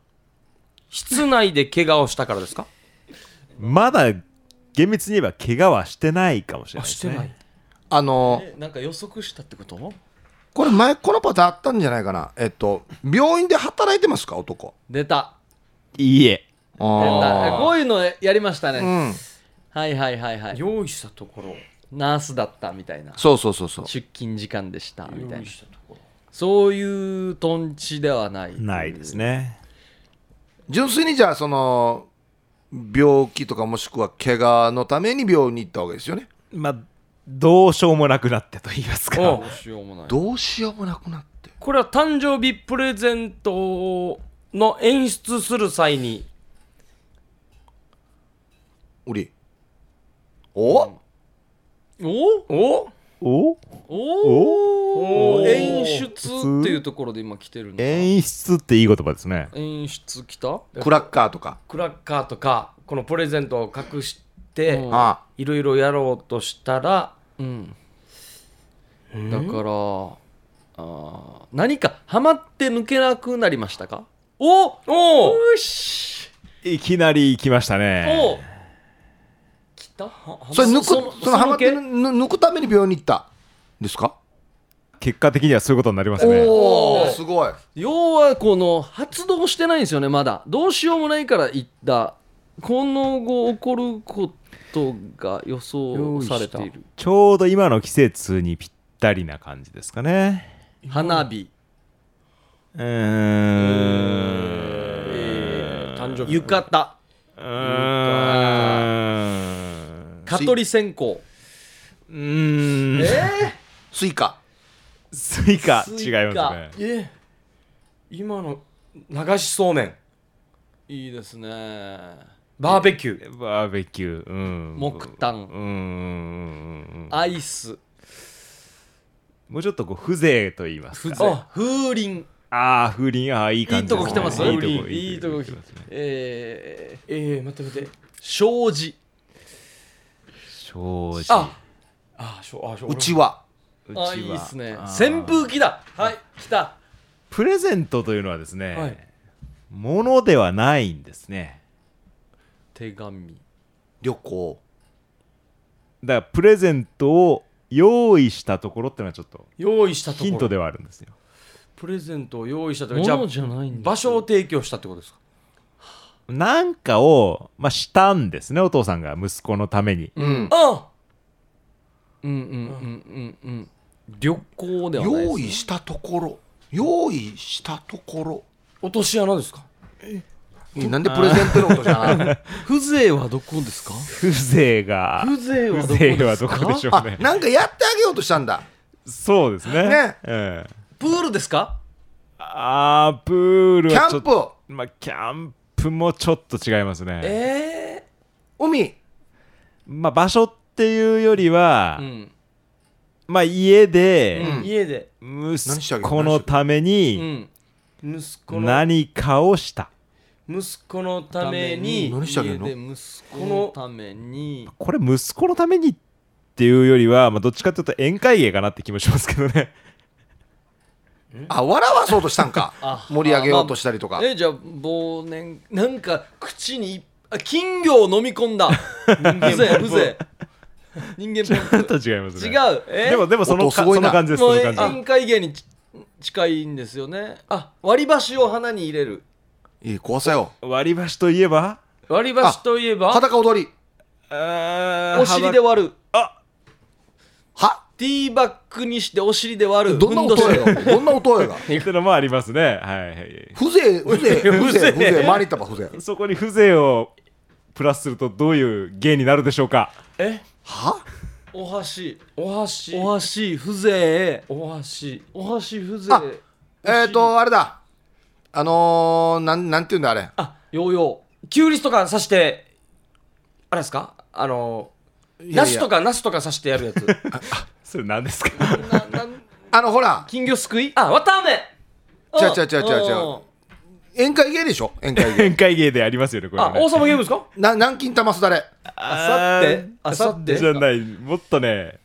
[SPEAKER 2] 室内で怪我をしたからですか
[SPEAKER 4] まだ厳密に言えば怪我はしてないかもしれ
[SPEAKER 2] あ
[SPEAKER 4] ないで
[SPEAKER 2] し
[SPEAKER 4] す
[SPEAKER 2] て
[SPEAKER 4] ね
[SPEAKER 2] ない
[SPEAKER 3] あの
[SPEAKER 1] えなんか予測したってこと
[SPEAKER 3] これ前このパターンあったんじゃないかなえっと病院で働いてますか男
[SPEAKER 1] 出た
[SPEAKER 4] いいえ
[SPEAKER 1] 出た
[SPEAKER 3] あ
[SPEAKER 1] こういうのやりましたね、
[SPEAKER 3] あうん
[SPEAKER 1] はいはいはいはい
[SPEAKER 2] 用意したところ
[SPEAKER 1] ナースだったみたいな
[SPEAKER 3] そうそうそうそう
[SPEAKER 1] 出勤時間でしたみたい
[SPEAKER 2] 用
[SPEAKER 1] な
[SPEAKER 2] 意したところ
[SPEAKER 1] そういうトンチではない
[SPEAKER 4] ないですね
[SPEAKER 3] 純粋にじゃあその病気とかもしくは怪我のために病院に行ったわけですよね
[SPEAKER 4] まあ、どうしようもなくなってと言いますか。
[SPEAKER 2] お
[SPEAKER 1] どうしようもない
[SPEAKER 3] どうしようもなくなって
[SPEAKER 2] これは誕生日プレゼントの演出する際に
[SPEAKER 3] おりお、
[SPEAKER 1] お
[SPEAKER 2] お
[SPEAKER 4] お
[SPEAKER 1] お
[SPEAKER 2] お
[SPEAKER 1] お
[SPEAKER 2] ー
[SPEAKER 1] 演出っていうところで今来てるのかな
[SPEAKER 4] 演出っていい言葉ですね。
[SPEAKER 1] 演出来た
[SPEAKER 3] クラッカーとか
[SPEAKER 2] クラッカーとかこのプレゼントを隠して
[SPEAKER 1] うん
[SPEAKER 3] あ
[SPEAKER 2] いろいろやろうとしたら
[SPEAKER 1] うんだからあー何かハマって抜けなくなりましたかおよ
[SPEAKER 2] おお
[SPEAKER 1] し
[SPEAKER 4] いきなり行きました
[SPEAKER 1] お
[SPEAKER 4] ね。
[SPEAKER 1] 来たは
[SPEAKER 3] あそれ抜く
[SPEAKER 1] の
[SPEAKER 3] そのハマ
[SPEAKER 1] の
[SPEAKER 3] って
[SPEAKER 1] 系
[SPEAKER 3] るぬ抜くために病院に行ったですか
[SPEAKER 4] 結果的にはそういうことになりますね。
[SPEAKER 3] お
[SPEAKER 1] お
[SPEAKER 3] ーすごい
[SPEAKER 1] 要はこの発動してないんですよねまだどうしようもないから言ったこの後起こるこことが予想されている
[SPEAKER 4] ちょうど今の季節にぴったりな感じですかね
[SPEAKER 1] 花火、
[SPEAKER 4] うーん
[SPEAKER 1] えー、誕生日浴衣
[SPEAKER 4] うーん
[SPEAKER 1] 蚊取り線香
[SPEAKER 4] うーん
[SPEAKER 3] スイカ
[SPEAKER 4] スイカ
[SPEAKER 1] スイカ
[SPEAKER 4] 違いますね
[SPEAKER 2] え今の流しそうめん
[SPEAKER 1] いいですね
[SPEAKER 2] バーベキュー
[SPEAKER 4] バーベキューうん
[SPEAKER 1] 木炭
[SPEAKER 4] うんうんうんうん
[SPEAKER 1] アイス
[SPEAKER 4] もうちょっとこう風情と言いますか、
[SPEAKER 1] 風
[SPEAKER 4] ね、
[SPEAKER 1] 情風鈴
[SPEAKER 4] ああ風鈴ああいい感じ
[SPEAKER 1] いいとこ来てます
[SPEAKER 4] いいとこ
[SPEAKER 1] いいとこ来て
[SPEAKER 4] ますね
[SPEAKER 1] えー、
[SPEAKER 2] ええ待って待って
[SPEAKER 1] 障子
[SPEAKER 4] 障子
[SPEAKER 2] ああしょあしょ
[SPEAKER 3] うちは
[SPEAKER 4] う
[SPEAKER 1] あいいですね
[SPEAKER 4] あー
[SPEAKER 1] 扇風機だはい来た
[SPEAKER 4] プレゼントというのはですね、
[SPEAKER 2] はい
[SPEAKER 4] ものではないんですね
[SPEAKER 1] 手紙
[SPEAKER 3] 旅行
[SPEAKER 4] だからプレゼントを用意したところっていうのはちょっと
[SPEAKER 2] 用意したところ
[SPEAKER 4] ヒントではあるんですよ
[SPEAKER 2] プレゼントを用意したところじゃ
[SPEAKER 1] 物
[SPEAKER 2] あ
[SPEAKER 1] じゃないんだ
[SPEAKER 2] 場所を提供したってことですか
[SPEAKER 4] なんかを、まあ、したんですねお父さんが息子のために
[SPEAKER 3] うん
[SPEAKER 2] あ
[SPEAKER 1] うんうんうんうんうん旅行ではないですね
[SPEAKER 3] 用意したところ用意したところ
[SPEAKER 2] 落とし穴ですか
[SPEAKER 3] なんでプレゼントのことじゃない
[SPEAKER 1] 風情はどこですか
[SPEAKER 4] 風情が
[SPEAKER 1] 風情はどこ
[SPEAKER 4] 風情は
[SPEAKER 1] です
[SPEAKER 4] ど
[SPEAKER 1] か
[SPEAKER 4] こでしょ
[SPEAKER 3] あ
[SPEAKER 4] うね
[SPEAKER 3] なんかやってあげようとしたんだ
[SPEAKER 4] そうですね
[SPEAKER 3] ね
[SPEAKER 4] ええ
[SPEAKER 1] プールですか
[SPEAKER 4] あープール
[SPEAKER 3] キ
[SPEAKER 4] はち
[SPEAKER 3] ャン
[SPEAKER 4] ょっ
[SPEAKER 3] プ
[SPEAKER 4] とまあキャンプもちょっと違いますね
[SPEAKER 1] え
[SPEAKER 3] 海
[SPEAKER 4] まあ場所っていうよりは、
[SPEAKER 1] えうん
[SPEAKER 4] まあ家で、
[SPEAKER 3] うん
[SPEAKER 2] 家で
[SPEAKER 3] してあ
[SPEAKER 4] 息
[SPEAKER 3] げる
[SPEAKER 4] 子のため
[SPEAKER 1] う
[SPEAKER 4] に
[SPEAKER 1] ん
[SPEAKER 2] 息子の
[SPEAKER 4] 何かをした
[SPEAKER 2] 息子のために
[SPEAKER 3] 何してあげんの
[SPEAKER 1] 家で息子のために
[SPEAKER 4] これ息子のためにっていうよりは、まあ、どっちかというと宴会芸かなって気もしますけどね
[SPEAKER 3] あ笑わそうとしたんか
[SPEAKER 1] あ
[SPEAKER 3] 盛り上げようとしたりとか
[SPEAKER 1] えじゃあ忘年なんか口にいあ金魚を飲み込ん だ風情風情人間ポ
[SPEAKER 4] ちょ
[SPEAKER 1] ン
[SPEAKER 4] っと違います
[SPEAKER 1] プ
[SPEAKER 4] ね
[SPEAKER 1] 違うえ
[SPEAKER 4] でもでもその
[SPEAKER 3] 音す
[SPEAKER 4] か
[SPEAKER 3] ごい
[SPEAKER 4] そ
[SPEAKER 3] な
[SPEAKER 4] の感じです
[SPEAKER 1] も
[SPEAKER 4] そうの感じ
[SPEAKER 1] 宴会芸にち近いんですよねあ割り箸を鼻に入れる
[SPEAKER 3] いい壊せよ
[SPEAKER 4] 割り箸といえば
[SPEAKER 2] 割り箸といえば
[SPEAKER 3] 裸踊り
[SPEAKER 4] お
[SPEAKER 1] お尻で割る
[SPEAKER 3] は
[SPEAKER 1] ティーバッグにしてお尻で割る
[SPEAKER 3] どんな
[SPEAKER 1] ふどし
[SPEAKER 3] 音やがどんな音やが
[SPEAKER 4] ってのもありますねはいはい
[SPEAKER 3] 風情風情風情風情回りたば風情
[SPEAKER 4] そこに風情をプラスするとどういう芸になるでしょうか
[SPEAKER 2] え
[SPEAKER 3] は
[SPEAKER 1] お箸
[SPEAKER 2] お箸
[SPEAKER 1] お箸風情
[SPEAKER 2] お箸
[SPEAKER 1] お箸風情
[SPEAKER 3] あえっとあれだあのーなんなんていうんだあれ
[SPEAKER 1] あヨーヨ
[SPEAKER 2] キュウリとか刺してあれですかあの
[SPEAKER 3] いや
[SPEAKER 2] ナスとかナスとか刺してやるやつ
[SPEAKER 4] それ何です か
[SPEAKER 1] ーななん
[SPEAKER 3] あのほら
[SPEAKER 1] 金魚すくい
[SPEAKER 2] あわたあめ
[SPEAKER 3] 違う違う違う違う違う
[SPEAKER 1] あ
[SPEAKER 3] 宴会芸でしょ宴会 芸
[SPEAKER 4] 宴会芸でありますよねこれ
[SPEAKER 2] あ王様ゲームですか
[SPEAKER 3] な南京玉すだれ
[SPEAKER 1] あさってあさって
[SPEAKER 4] じゃないもっとね、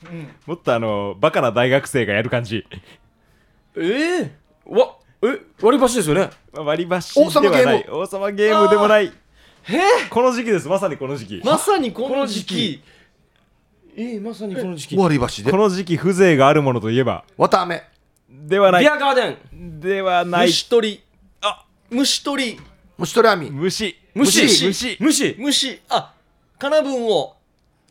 [SPEAKER 4] もっとあのバカな大学生がやる感じ
[SPEAKER 2] ええわえ割り箸ですよね
[SPEAKER 4] まあ割り箸ではない王様ゲームでもないこの時期ですまさにこの時期、
[SPEAKER 1] まさにこの時
[SPEAKER 2] この時
[SPEAKER 1] 期
[SPEAKER 2] ええまさにこの時期ビ
[SPEAKER 3] 割り箸で
[SPEAKER 4] この時期風情があるものといえば
[SPEAKER 3] わたあめ
[SPEAKER 4] ではない
[SPEAKER 2] アガーデン
[SPEAKER 4] ではない
[SPEAKER 1] 虫取りあ虫取り
[SPEAKER 3] 虫取り網
[SPEAKER 4] 虫
[SPEAKER 2] 虫
[SPEAKER 4] 虫
[SPEAKER 2] 虫
[SPEAKER 1] 虫あ金分を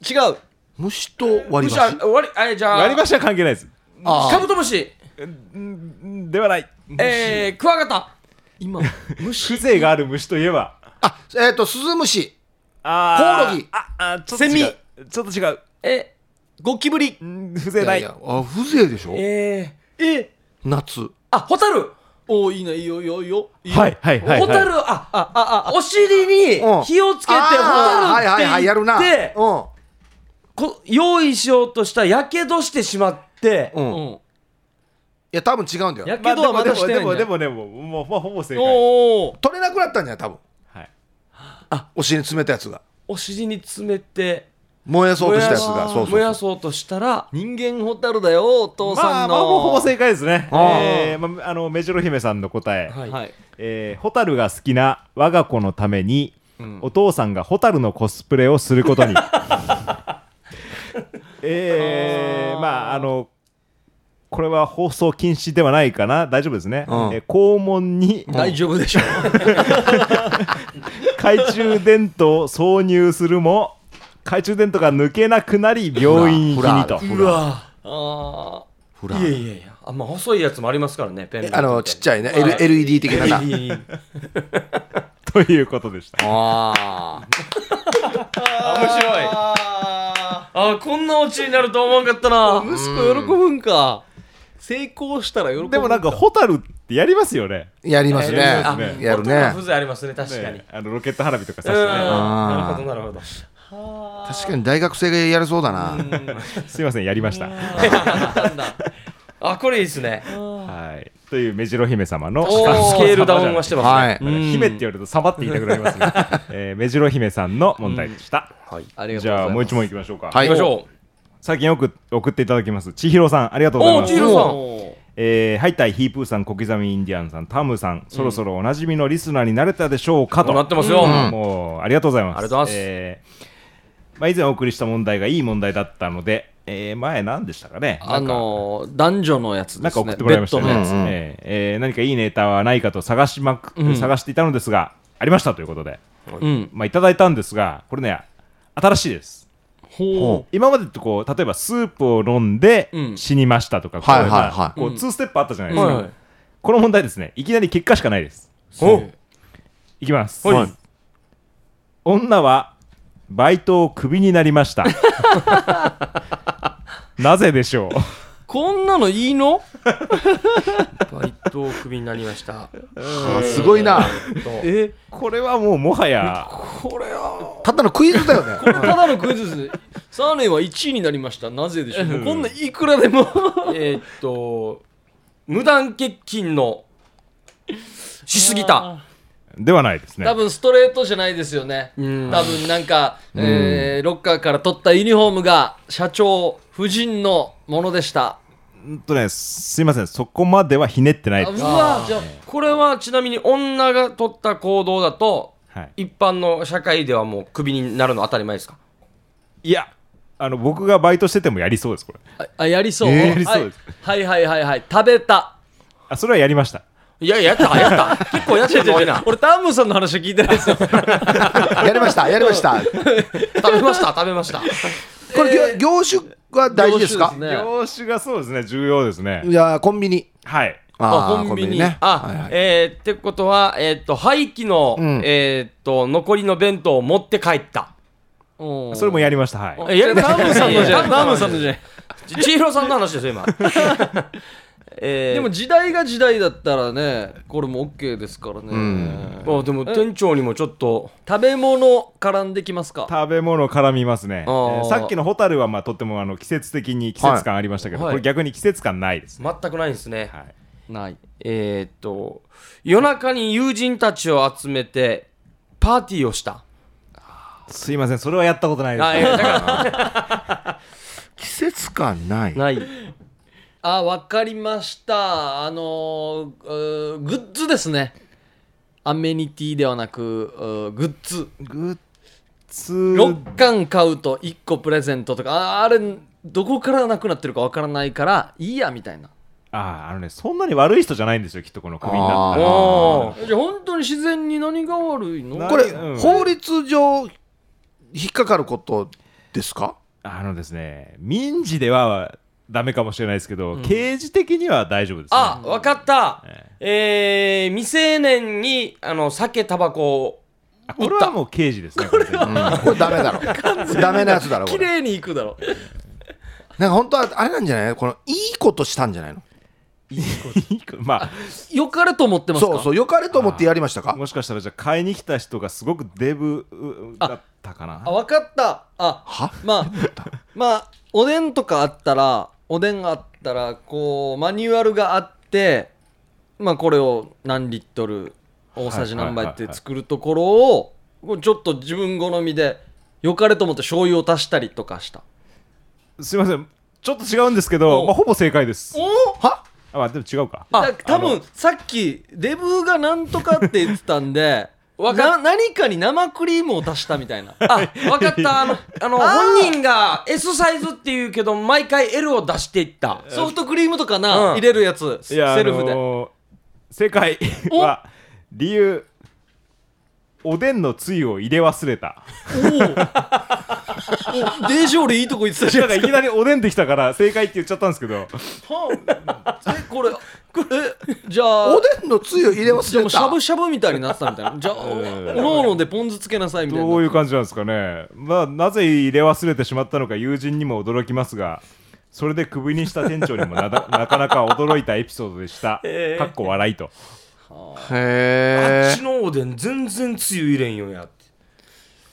[SPEAKER 1] 違う
[SPEAKER 3] 虫と割り
[SPEAKER 2] 虫あ
[SPEAKER 3] 箸
[SPEAKER 2] 割りあれじゃあ
[SPEAKER 4] 割り箸は関係ないです
[SPEAKER 3] あ
[SPEAKER 2] カブトムシ
[SPEAKER 4] うんではない
[SPEAKER 2] えー、クワガタ
[SPEAKER 1] 今虫
[SPEAKER 4] 風情がある虫といえば
[SPEAKER 3] あえっとスズムシ
[SPEAKER 4] あー
[SPEAKER 3] コオロギ
[SPEAKER 4] ああちょっと違うちょっと違う
[SPEAKER 2] え
[SPEAKER 1] ゴキブリ
[SPEAKER 4] うん風情
[SPEAKER 3] いや
[SPEAKER 4] ないい
[SPEAKER 3] やあ風情でしょ
[SPEAKER 2] えー、
[SPEAKER 1] え
[SPEAKER 3] 夏
[SPEAKER 2] あホタル
[SPEAKER 1] おーいいないいよいいよいいよいいよ
[SPEAKER 4] はいはいはい
[SPEAKER 2] ホタル
[SPEAKER 4] は
[SPEAKER 2] ああああお尻に
[SPEAKER 3] うん
[SPEAKER 2] 火をつけてホ
[SPEAKER 3] あーは
[SPEAKER 2] タ
[SPEAKER 3] い
[SPEAKER 2] ルっ
[SPEAKER 3] はい
[SPEAKER 2] て
[SPEAKER 3] はいやる
[SPEAKER 2] 言
[SPEAKER 3] な
[SPEAKER 2] ってこ用意しようとしたやけどしてしまって
[SPEAKER 3] うん
[SPEAKER 1] う
[SPEAKER 3] うんい
[SPEAKER 1] ん
[SPEAKER 3] や多分違うんだよ
[SPEAKER 2] や
[SPEAKER 4] いま
[SPEAKER 2] け
[SPEAKER 4] あ
[SPEAKER 2] どはま
[SPEAKER 4] で
[SPEAKER 2] だ
[SPEAKER 4] も
[SPEAKER 2] して
[SPEAKER 4] で
[SPEAKER 2] ないん
[SPEAKER 4] も
[SPEAKER 2] だ
[SPEAKER 4] で
[SPEAKER 2] よ
[SPEAKER 4] もでもでももうまあほぼ正解
[SPEAKER 1] おお
[SPEAKER 3] 取れなくなったんじゃ多分
[SPEAKER 4] はい
[SPEAKER 3] お尻に詰めたやつが
[SPEAKER 2] お尻に詰めて
[SPEAKER 3] 燃やそうとしたやつ
[SPEAKER 2] 燃や
[SPEAKER 3] がそうそ
[SPEAKER 2] 燃や
[SPEAKER 3] うそう
[SPEAKER 2] そうとしたら
[SPEAKER 1] 人間ホタルだよお父
[SPEAKER 4] ま
[SPEAKER 1] さ
[SPEAKER 4] あ
[SPEAKER 1] ん
[SPEAKER 4] ま
[SPEAKER 1] の
[SPEAKER 4] あほぼほぼ正解ですね
[SPEAKER 3] あー
[SPEAKER 4] えーまああのメジロ姫さんの答え
[SPEAKER 2] はい
[SPEAKER 1] はい
[SPEAKER 4] えーホタルが好きな我が子のために、
[SPEAKER 1] ん
[SPEAKER 4] お父さんがホタルのコスプレをすることにえーまああのこれは放送禁止ではないかな大丈夫ですね、
[SPEAKER 3] うん
[SPEAKER 4] えー肛門に
[SPEAKER 1] 大丈夫でしょう
[SPEAKER 4] 懐中電灯を挿入するも懐中電灯が抜けなくなり病院行きにと
[SPEAKER 3] ほら
[SPEAKER 1] うわあ
[SPEAKER 3] ほ
[SPEAKER 2] い
[SPEAKER 3] ら
[SPEAKER 2] やいやいや、あまあ、細いやつもありますからね、ペンライ
[SPEAKER 3] え
[SPEAKER 2] ト
[SPEAKER 3] あのちっちゃいね、L、
[SPEAKER 1] はい
[SPEAKER 3] LED 的なな
[SPEAKER 4] ということでした
[SPEAKER 3] あ
[SPEAKER 2] あ面白い。
[SPEAKER 1] あ
[SPEAKER 2] あ、こんなオチになると思わんかったな。
[SPEAKER 1] 息子喜ぶんか成功したら喜ぶ
[SPEAKER 4] でもなんか蛍ってやりますよね
[SPEAKER 3] ーやりますね
[SPEAKER 4] やりますね
[SPEAKER 3] あやる
[SPEAKER 2] 音が
[SPEAKER 3] ね
[SPEAKER 2] 風情ありますね、確かに。
[SPEAKER 4] ねあのロケット花火とか
[SPEAKER 2] う
[SPEAKER 4] さ
[SPEAKER 2] ん、
[SPEAKER 4] して
[SPEAKER 2] な
[SPEAKER 3] あ
[SPEAKER 2] るほ
[SPEAKER 3] ー
[SPEAKER 2] ど、なるほど。
[SPEAKER 3] 確かに大学生がやるそうだな
[SPEAKER 4] ねすいませんやりました
[SPEAKER 2] なん だ。あ、これいいですね。
[SPEAKER 4] はいという目白姫様の
[SPEAKER 1] おー
[SPEAKER 2] スケールダウンはしてますね。
[SPEAKER 3] はい
[SPEAKER 4] なんか姫って言われるとサバって言いたくな りますね、えー目白姫さんの問題でした、
[SPEAKER 1] ありがと
[SPEAKER 4] じ
[SPEAKER 1] うござい
[SPEAKER 4] ゃ
[SPEAKER 1] ま
[SPEAKER 4] あ
[SPEAKER 1] す
[SPEAKER 4] もう一問いきましょうか、
[SPEAKER 3] はい
[SPEAKER 2] 行きましょ
[SPEAKER 4] 最近よく送っていただきます千尋さんありがとう
[SPEAKER 2] う。
[SPEAKER 4] ござい
[SPEAKER 2] おお、
[SPEAKER 4] ます
[SPEAKER 2] ちひろさん。
[SPEAKER 1] お
[SPEAKER 4] えー、ハイタイヒープーさん小刻みインディアンさんタムさんそろそろおなじみのリスナーになれたでしょうかと、
[SPEAKER 2] となってますよ。
[SPEAKER 4] うんもうありがとうございます
[SPEAKER 2] ありがとうございます
[SPEAKER 4] えーまあ、以前お送りした問題がいい問題だったので、えー前何でしたかね
[SPEAKER 1] あのー男女のやつ
[SPEAKER 4] な
[SPEAKER 1] で
[SPEAKER 4] んか
[SPEAKER 1] す
[SPEAKER 4] 送っ
[SPEAKER 1] ね
[SPEAKER 4] てもらいましたね。
[SPEAKER 1] ベッドのやつ
[SPEAKER 3] うんうん
[SPEAKER 4] えーえー何かいいネタはないかと探しまく、
[SPEAKER 1] うん
[SPEAKER 4] 探していたのですが、ありましたということで、
[SPEAKER 1] うん
[SPEAKER 4] まあ、いただいたんですが、これね、新しいです。
[SPEAKER 1] ほ
[SPEAKER 4] 今までってこう、例えばスープを飲んで
[SPEAKER 1] うん
[SPEAKER 4] 死にましたとか、
[SPEAKER 3] はいはい
[SPEAKER 4] こうまあ
[SPEAKER 3] はい
[SPEAKER 4] こう
[SPEAKER 1] うん
[SPEAKER 4] 2ステップあったじゃないですか、
[SPEAKER 2] はい。
[SPEAKER 4] この問題ですね、いきなり結果しかないです。
[SPEAKER 1] う
[SPEAKER 2] お
[SPEAKER 4] いきます。
[SPEAKER 2] はい
[SPEAKER 4] 女はバイトをクビになりました。なぜでしょう
[SPEAKER 1] こんなのいいの
[SPEAKER 2] バイトをクビになりました。
[SPEAKER 3] あすごいな
[SPEAKER 1] え
[SPEAKER 4] これはもうもはや
[SPEAKER 1] これは
[SPEAKER 3] ただのクイズだよね
[SPEAKER 1] これただのクイズですねサーレンは1位になりましたなぜでしょうもうこんないくらでも
[SPEAKER 2] えーっと、無断欠勤のしすぎた。
[SPEAKER 4] ではないですね
[SPEAKER 1] 多。分ストレートじゃないですよね多
[SPEAKER 2] ん
[SPEAKER 1] 分なんか、えーロッカーから取ったユニフォームが社長夫人のものでした
[SPEAKER 4] うんとね、すいません、そこまではひねってない
[SPEAKER 1] あう
[SPEAKER 4] です。
[SPEAKER 1] わじゃあ
[SPEAKER 2] これはちなみに女が取った行動だと、
[SPEAKER 4] はい、
[SPEAKER 2] 一般の社会ではもうクビになるの当たり前ですか
[SPEAKER 4] いや、あの僕がバイトしててもやりそうです、これ。
[SPEAKER 1] ああやりそう、
[SPEAKER 4] えーやりそうです
[SPEAKER 1] はい、はいはいはいはい食べた
[SPEAKER 4] あそれはやりました。
[SPEAKER 2] いや、やった、やった。 結構やってる多い な。
[SPEAKER 1] 俺タムさんの話聞いてないですよ
[SPEAKER 3] やりましたやりました
[SPEAKER 2] 食べました、食べま した。
[SPEAKER 3] これ、業業種は大事ですか
[SPEAKER 1] 業種ね
[SPEAKER 4] 業種がそうですね、重要ですね
[SPEAKER 3] い。やーコンビニ
[SPEAKER 4] はい。
[SPEAKER 1] あ
[SPEAKER 3] ー
[SPEAKER 1] コンビニ
[SPEAKER 2] あ、
[SPEAKER 3] はいはい
[SPEAKER 2] えーってことは、えーっと、廃棄の、
[SPEAKER 3] ん
[SPEAKER 2] えーっと、残りの弁当を持って帰った。
[SPEAKER 1] うん
[SPEAKER 4] それもやりました、はい。
[SPEAKER 2] えやりました
[SPEAKER 1] タムさんのじゃないタムさんのじゃ
[SPEAKER 2] ゃ
[SPEAKER 1] ない
[SPEAKER 2] ち千尋さんの話です よ、今。えー
[SPEAKER 1] でも時代が時代だったらねこれも OK ですからね、
[SPEAKER 3] ん
[SPEAKER 2] あでも店長にもちょっと、
[SPEAKER 1] 食べ物絡んできますか
[SPEAKER 4] 食べ物絡みますね、
[SPEAKER 2] あ
[SPEAKER 4] え
[SPEAKER 2] ー
[SPEAKER 4] ーさっきのホタルはまあとってもあの季節的に季節感ありましたけど、
[SPEAKER 2] はい
[SPEAKER 4] これ逆に季節感ないですね、
[SPEAKER 2] 全くないんですね。
[SPEAKER 4] はい、
[SPEAKER 1] ない
[SPEAKER 2] えーっと、夜中に友人たちを集めて、パーティーをした。
[SPEAKER 4] すいませんそれはやったことないです、
[SPEAKER 2] あえーだか
[SPEAKER 3] 季節感ない
[SPEAKER 2] ら、ない。
[SPEAKER 1] あわかりましたあのーうーグッズですねアメニティではなくうーグッズ
[SPEAKER 4] グッズ
[SPEAKER 1] 6巻買うと1個プレゼントとかああれどこからなくなってるかわからないからいいやみたいな
[SPEAKER 4] あーあのねそんなに悪い人じゃないんですよきっとこのクビになっ
[SPEAKER 3] あー
[SPEAKER 4] て
[SPEAKER 2] おー。
[SPEAKER 1] じゃあ本当に自然に何が悪いの
[SPEAKER 4] な
[SPEAKER 3] これ、
[SPEAKER 4] うん
[SPEAKER 3] 法律上引っかかることですか
[SPEAKER 4] あのですね民事ではダメかもしれないですけど、刑事的には大丈夫です、ね、
[SPEAKER 2] あ、わかったえ
[SPEAKER 4] え。
[SPEAKER 2] ー、未成年に、あの、酒、タバコを、
[SPEAKER 4] あこれはもう刑事ですねこれ
[SPEAKER 3] うん、これダメだろダメなやつだろこ
[SPEAKER 1] 綺
[SPEAKER 3] れ
[SPEAKER 1] 麗にいくだろ
[SPEAKER 3] なんか本当はあれなんじゃないこのいいことしたんじゃないの
[SPEAKER 4] いいか ま
[SPEAKER 1] よかれと思ってますか
[SPEAKER 3] そうそうよかれと思ってやりました
[SPEAKER 4] あ
[SPEAKER 3] か
[SPEAKER 4] もしかしたらじゃあ買いに来た人がすごくデブうだったかな
[SPEAKER 1] あ分かったあ
[SPEAKER 3] は
[SPEAKER 1] まあまあおでんとかあったらおでんがあったらこうマニュアルがあってまあこれを何リットル大さじ何杯っ
[SPEAKER 4] はいはい
[SPEAKER 1] て
[SPEAKER 4] はいはい
[SPEAKER 1] 作るところをこうちょっと自分好みでよかれと思って醤油を足したりとかした
[SPEAKER 4] すいませんちょっと違うんですけど、
[SPEAKER 1] お
[SPEAKER 4] まあ、ほぼ正解です
[SPEAKER 1] お
[SPEAKER 3] は
[SPEAKER 4] あ、まあ、でも違うか
[SPEAKER 1] だ多
[SPEAKER 4] あ
[SPEAKER 1] 分
[SPEAKER 4] の
[SPEAKER 1] さっきデブがなんとかって言ってたん で
[SPEAKER 2] わか
[SPEAKER 1] な何かに生クリームを足したみたいな
[SPEAKER 2] あ、わかった。あの、 あの本人が S サイズって言うけど、毎回 L を出していった。
[SPEAKER 1] ソフトクリームとかな、
[SPEAKER 2] うん
[SPEAKER 1] 入れるやつ
[SPEAKER 4] いや
[SPEAKER 1] セルフで、
[SPEAKER 4] あのー正解は理由おでんのつゆを入れ忘れた
[SPEAKER 1] デージ俺いいとこ言ってたじゃ
[SPEAKER 4] なん
[SPEAKER 1] ん
[SPEAKER 4] かいきなりおでんできたから正解って言っちゃったんですけど
[SPEAKER 1] えこれこれじゃあ
[SPEAKER 3] おでんのつゆ入れ
[SPEAKER 1] で
[SPEAKER 3] 忘
[SPEAKER 1] も
[SPEAKER 3] れ
[SPEAKER 1] しゃぶ
[SPEAKER 3] た
[SPEAKER 1] しゃぶみたいになってたみたいなじゃあおのおのでポン酢つけなさいみたいな
[SPEAKER 4] どういう感じなんですかねまあなぜ入れ忘れてしまったのか友人にも驚きますがそれでクビにした店長にも なだなかなか驚いたエピソードでした、かっこ笑いと
[SPEAKER 3] へ
[SPEAKER 2] あ
[SPEAKER 3] え
[SPEAKER 2] っちのおでん全然つゆ入れんよやって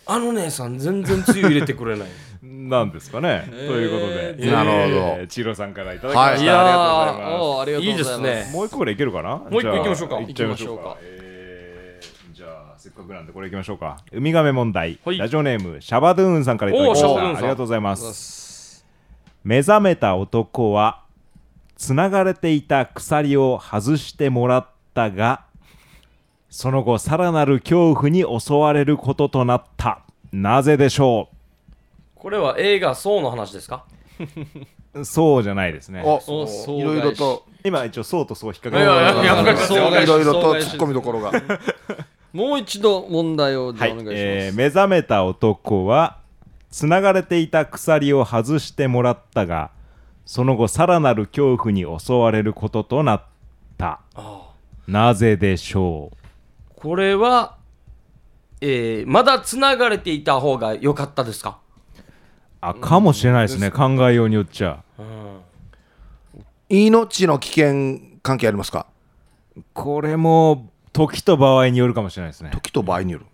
[SPEAKER 2] あの姉さん全然つゆ入れてくれない
[SPEAKER 4] なんですかね、ということで
[SPEAKER 3] なるほど
[SPEAKER 4] えーチーロさんからいただきました、
[SPEAKER 3] はい
[SPEAKER 1] い
[SPEAKER 4] ありが
[SPEAKER 1] や
[SPEAKER 4] とうござい
[SPEAKER 1] ー
[SPEAKER 4] ます
[SPEAKER 1] おーありがとうございます
[SPEAKER 2] いいですね
[SPEAKER 4] もう一個ぐらいいけるかなも
[SPEAKER 2] う一個行きましょうか
[SPEAKER 4] 行っちゃいましょ
[SPEAKER 1] 行きまし
[SPEAKER 4] う
[SPEAKER 1] ょう
[SPEAKER 4] か
[SPEAKER 1] か。
[SPEAKER 4] えーじゃあ、せっかくなんでこれ行きましょうか。ウミガメ問題。
[SPEAKER 2] はい
[SPEAKER 4] ラジオネーム、シャバドゥーンさんからいただきま
[SPEAKER 2] お
[SPEAKER 4] し
[SPEAKER 2] ーシャバドゥー
[SPEAKER 4] た。あ
[SPEAKER 2] ン
[SPEAKER 4] り
[SPEAKER 2] さん
[SPEAKER 4] がとうございます。目覚めた男は、つながれていた鎖を外してもらったが、その後、さらなる恐怖に襲われることとなった。なぜでしょ
[SPEAKER 2] これは映画「そう」の話ですか
[SPEAKER 4] うそうじゃないですね。
[SPEAKER 3] お
[SPEAKER 1] おそう
[SPEAKER 3] いろいろと
[SPEAKER 4] 今、一応、そうとそう引っ掛
[SPEAKER 2] いやいや
[SPEAKER 4] け
[SPEAKER 2] いや
[SPEAKER 4] てます。
[SPEAKER 1] そう
[SPEAKER 3] いろいろと突っ込みどころが
[SPEAKER 1] もう一度問題をじゃ
[SPEAKER 4] は
[SPEAKER 1] あ
[SPEAKER 4] い
[SPEAKER 1] お願いします、
[SPEAKER 4] えー目覚めた男はつながれていた鎖を外してもらったがその後さらなる恐怖に襲われることとなったなぜでしょ
[SPEAKER 2] これは、えーまだつながれていた方が良かったですか
[SPEAKER 4] うあかもしれないですね、考えようによっちゃ
[SPEAKER 3] 命の危険関係ありますか
[SPEAKER 4] これも時と場合によるかもしれないですね
[SPEAKER 3] 時と場合による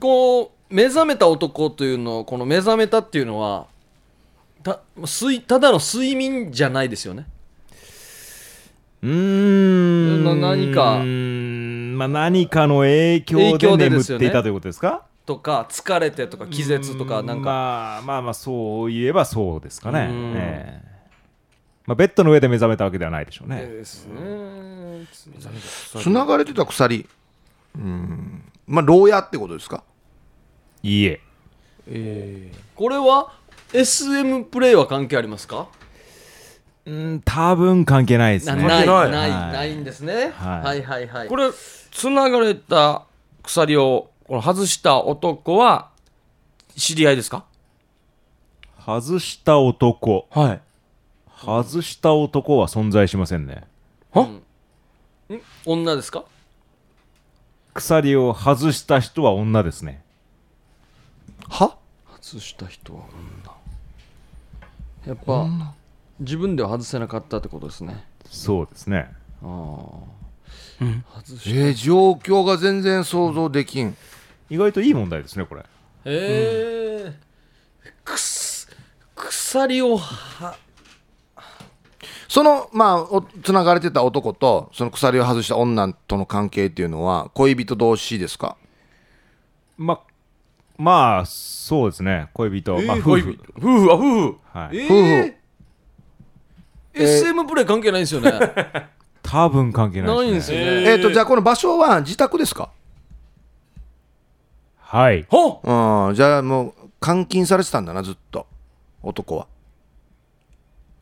[SPEAKER 1] こう目覚めた男というのこの目覚めたっていうのはた睡ただの睡眠じゃないですよね
[SPEAKER 4] うーん
[SPEAKER 1] な何か
[SPEAKER 4] うーんまあ、何かの影響
[SPEAKER 1] 影
[SPEAKER 4] で
[SPEAKER 1] 響で
[SPEAKER 4] 眠
[SPEAKER 1] で
[SPEAKER 4] っ
[SPEAKER 1] すよ
[SPEAKER 4] て
[SPEAKER 1] ね
[SPEAKER 4] いたということですか
[SPEAKER 1] とか疲れてとか気絶とか
[SPEAKER 4] うん
[SPEAKER 1] なんか
[SPEAKER 4] まあまあまあそう言えばそうですかね、
[SPEAKER 1] うん
[SPEAKER 4] ええまあ、ベッドの上で目覚めたわけではないでしょうね、
[SPEAKER 1] ですね
[SPEAKER 3] つながれてた鎖うんまあ牢屋ってことですか
[SPEAKER 4] いいえ
[SPEAKER 1] これは SM プレイは関係ありますか
[SPEAKER 4] うん多分関係ないです
[SPEAKER 1] な
[SPEAKER 4] ね
[SPEAKER 1] ない
[SPEAKER 2] な
[SPEAKER 1] ないい
[SPEAKER 4] はい
[SPEAKER 1] ないんですね
[SPEAKER 4] はい
[SPEAKER 1] はいはいはい
[SPEAKER 2] これつながれた鎖をこの外した男は知り合いですか
[SPEAKER 4] 外した男
[SPEAKER 2] はい
[SPEAKER 4] 外した男は存在しませんね
[SPEAKER 1] 女ですか
[SPEAKER 4] 鎖を外した人は女ですね
[SPEAKER 3] は
[SPEAKER 1] 外した人は女やっぱ自分では外せなかったってことですね
[SPEAKER 4] そうですね
[SPEAKER 1] ああ外し
[SPEAKER 3] えー状況が全然想像できん
[SPEAKER 4] 意外といい問題ですねこれ
[SPEAKER 1] へえ、くす鎖をは
[SPEAKER 3] そのまあおつながれてた男とその鎖を外した女との関係っていうのは恋人同士ですか
[SPEAKER 4] ままあそうですね恋人、まあ、夫婦、
[SPEAKER 2] 夫婦あ夫婦
[SPEAKER 4] はい
[SPEAKER 1] え
[SPEAKER 3] 婦
[SPEAKER 1] ー、SM プレイ関係 ないんですよね
[SPEAKER 4] 多分関係ない
[SPEAKER 1] ないん
[SPEAKER 4] で
[SPEAKER 1] ですす
[SPEAKER 4] ね
[SPEAKER 1] よね、
[SPEAKER 3] えー、とじゃあこの場所は自宅ですか
[SPEAKER 4] はい
[SPEAKER 2] ほ
[SPEAKER 3] うんじゃあもう監禁されてたんだなずっと男は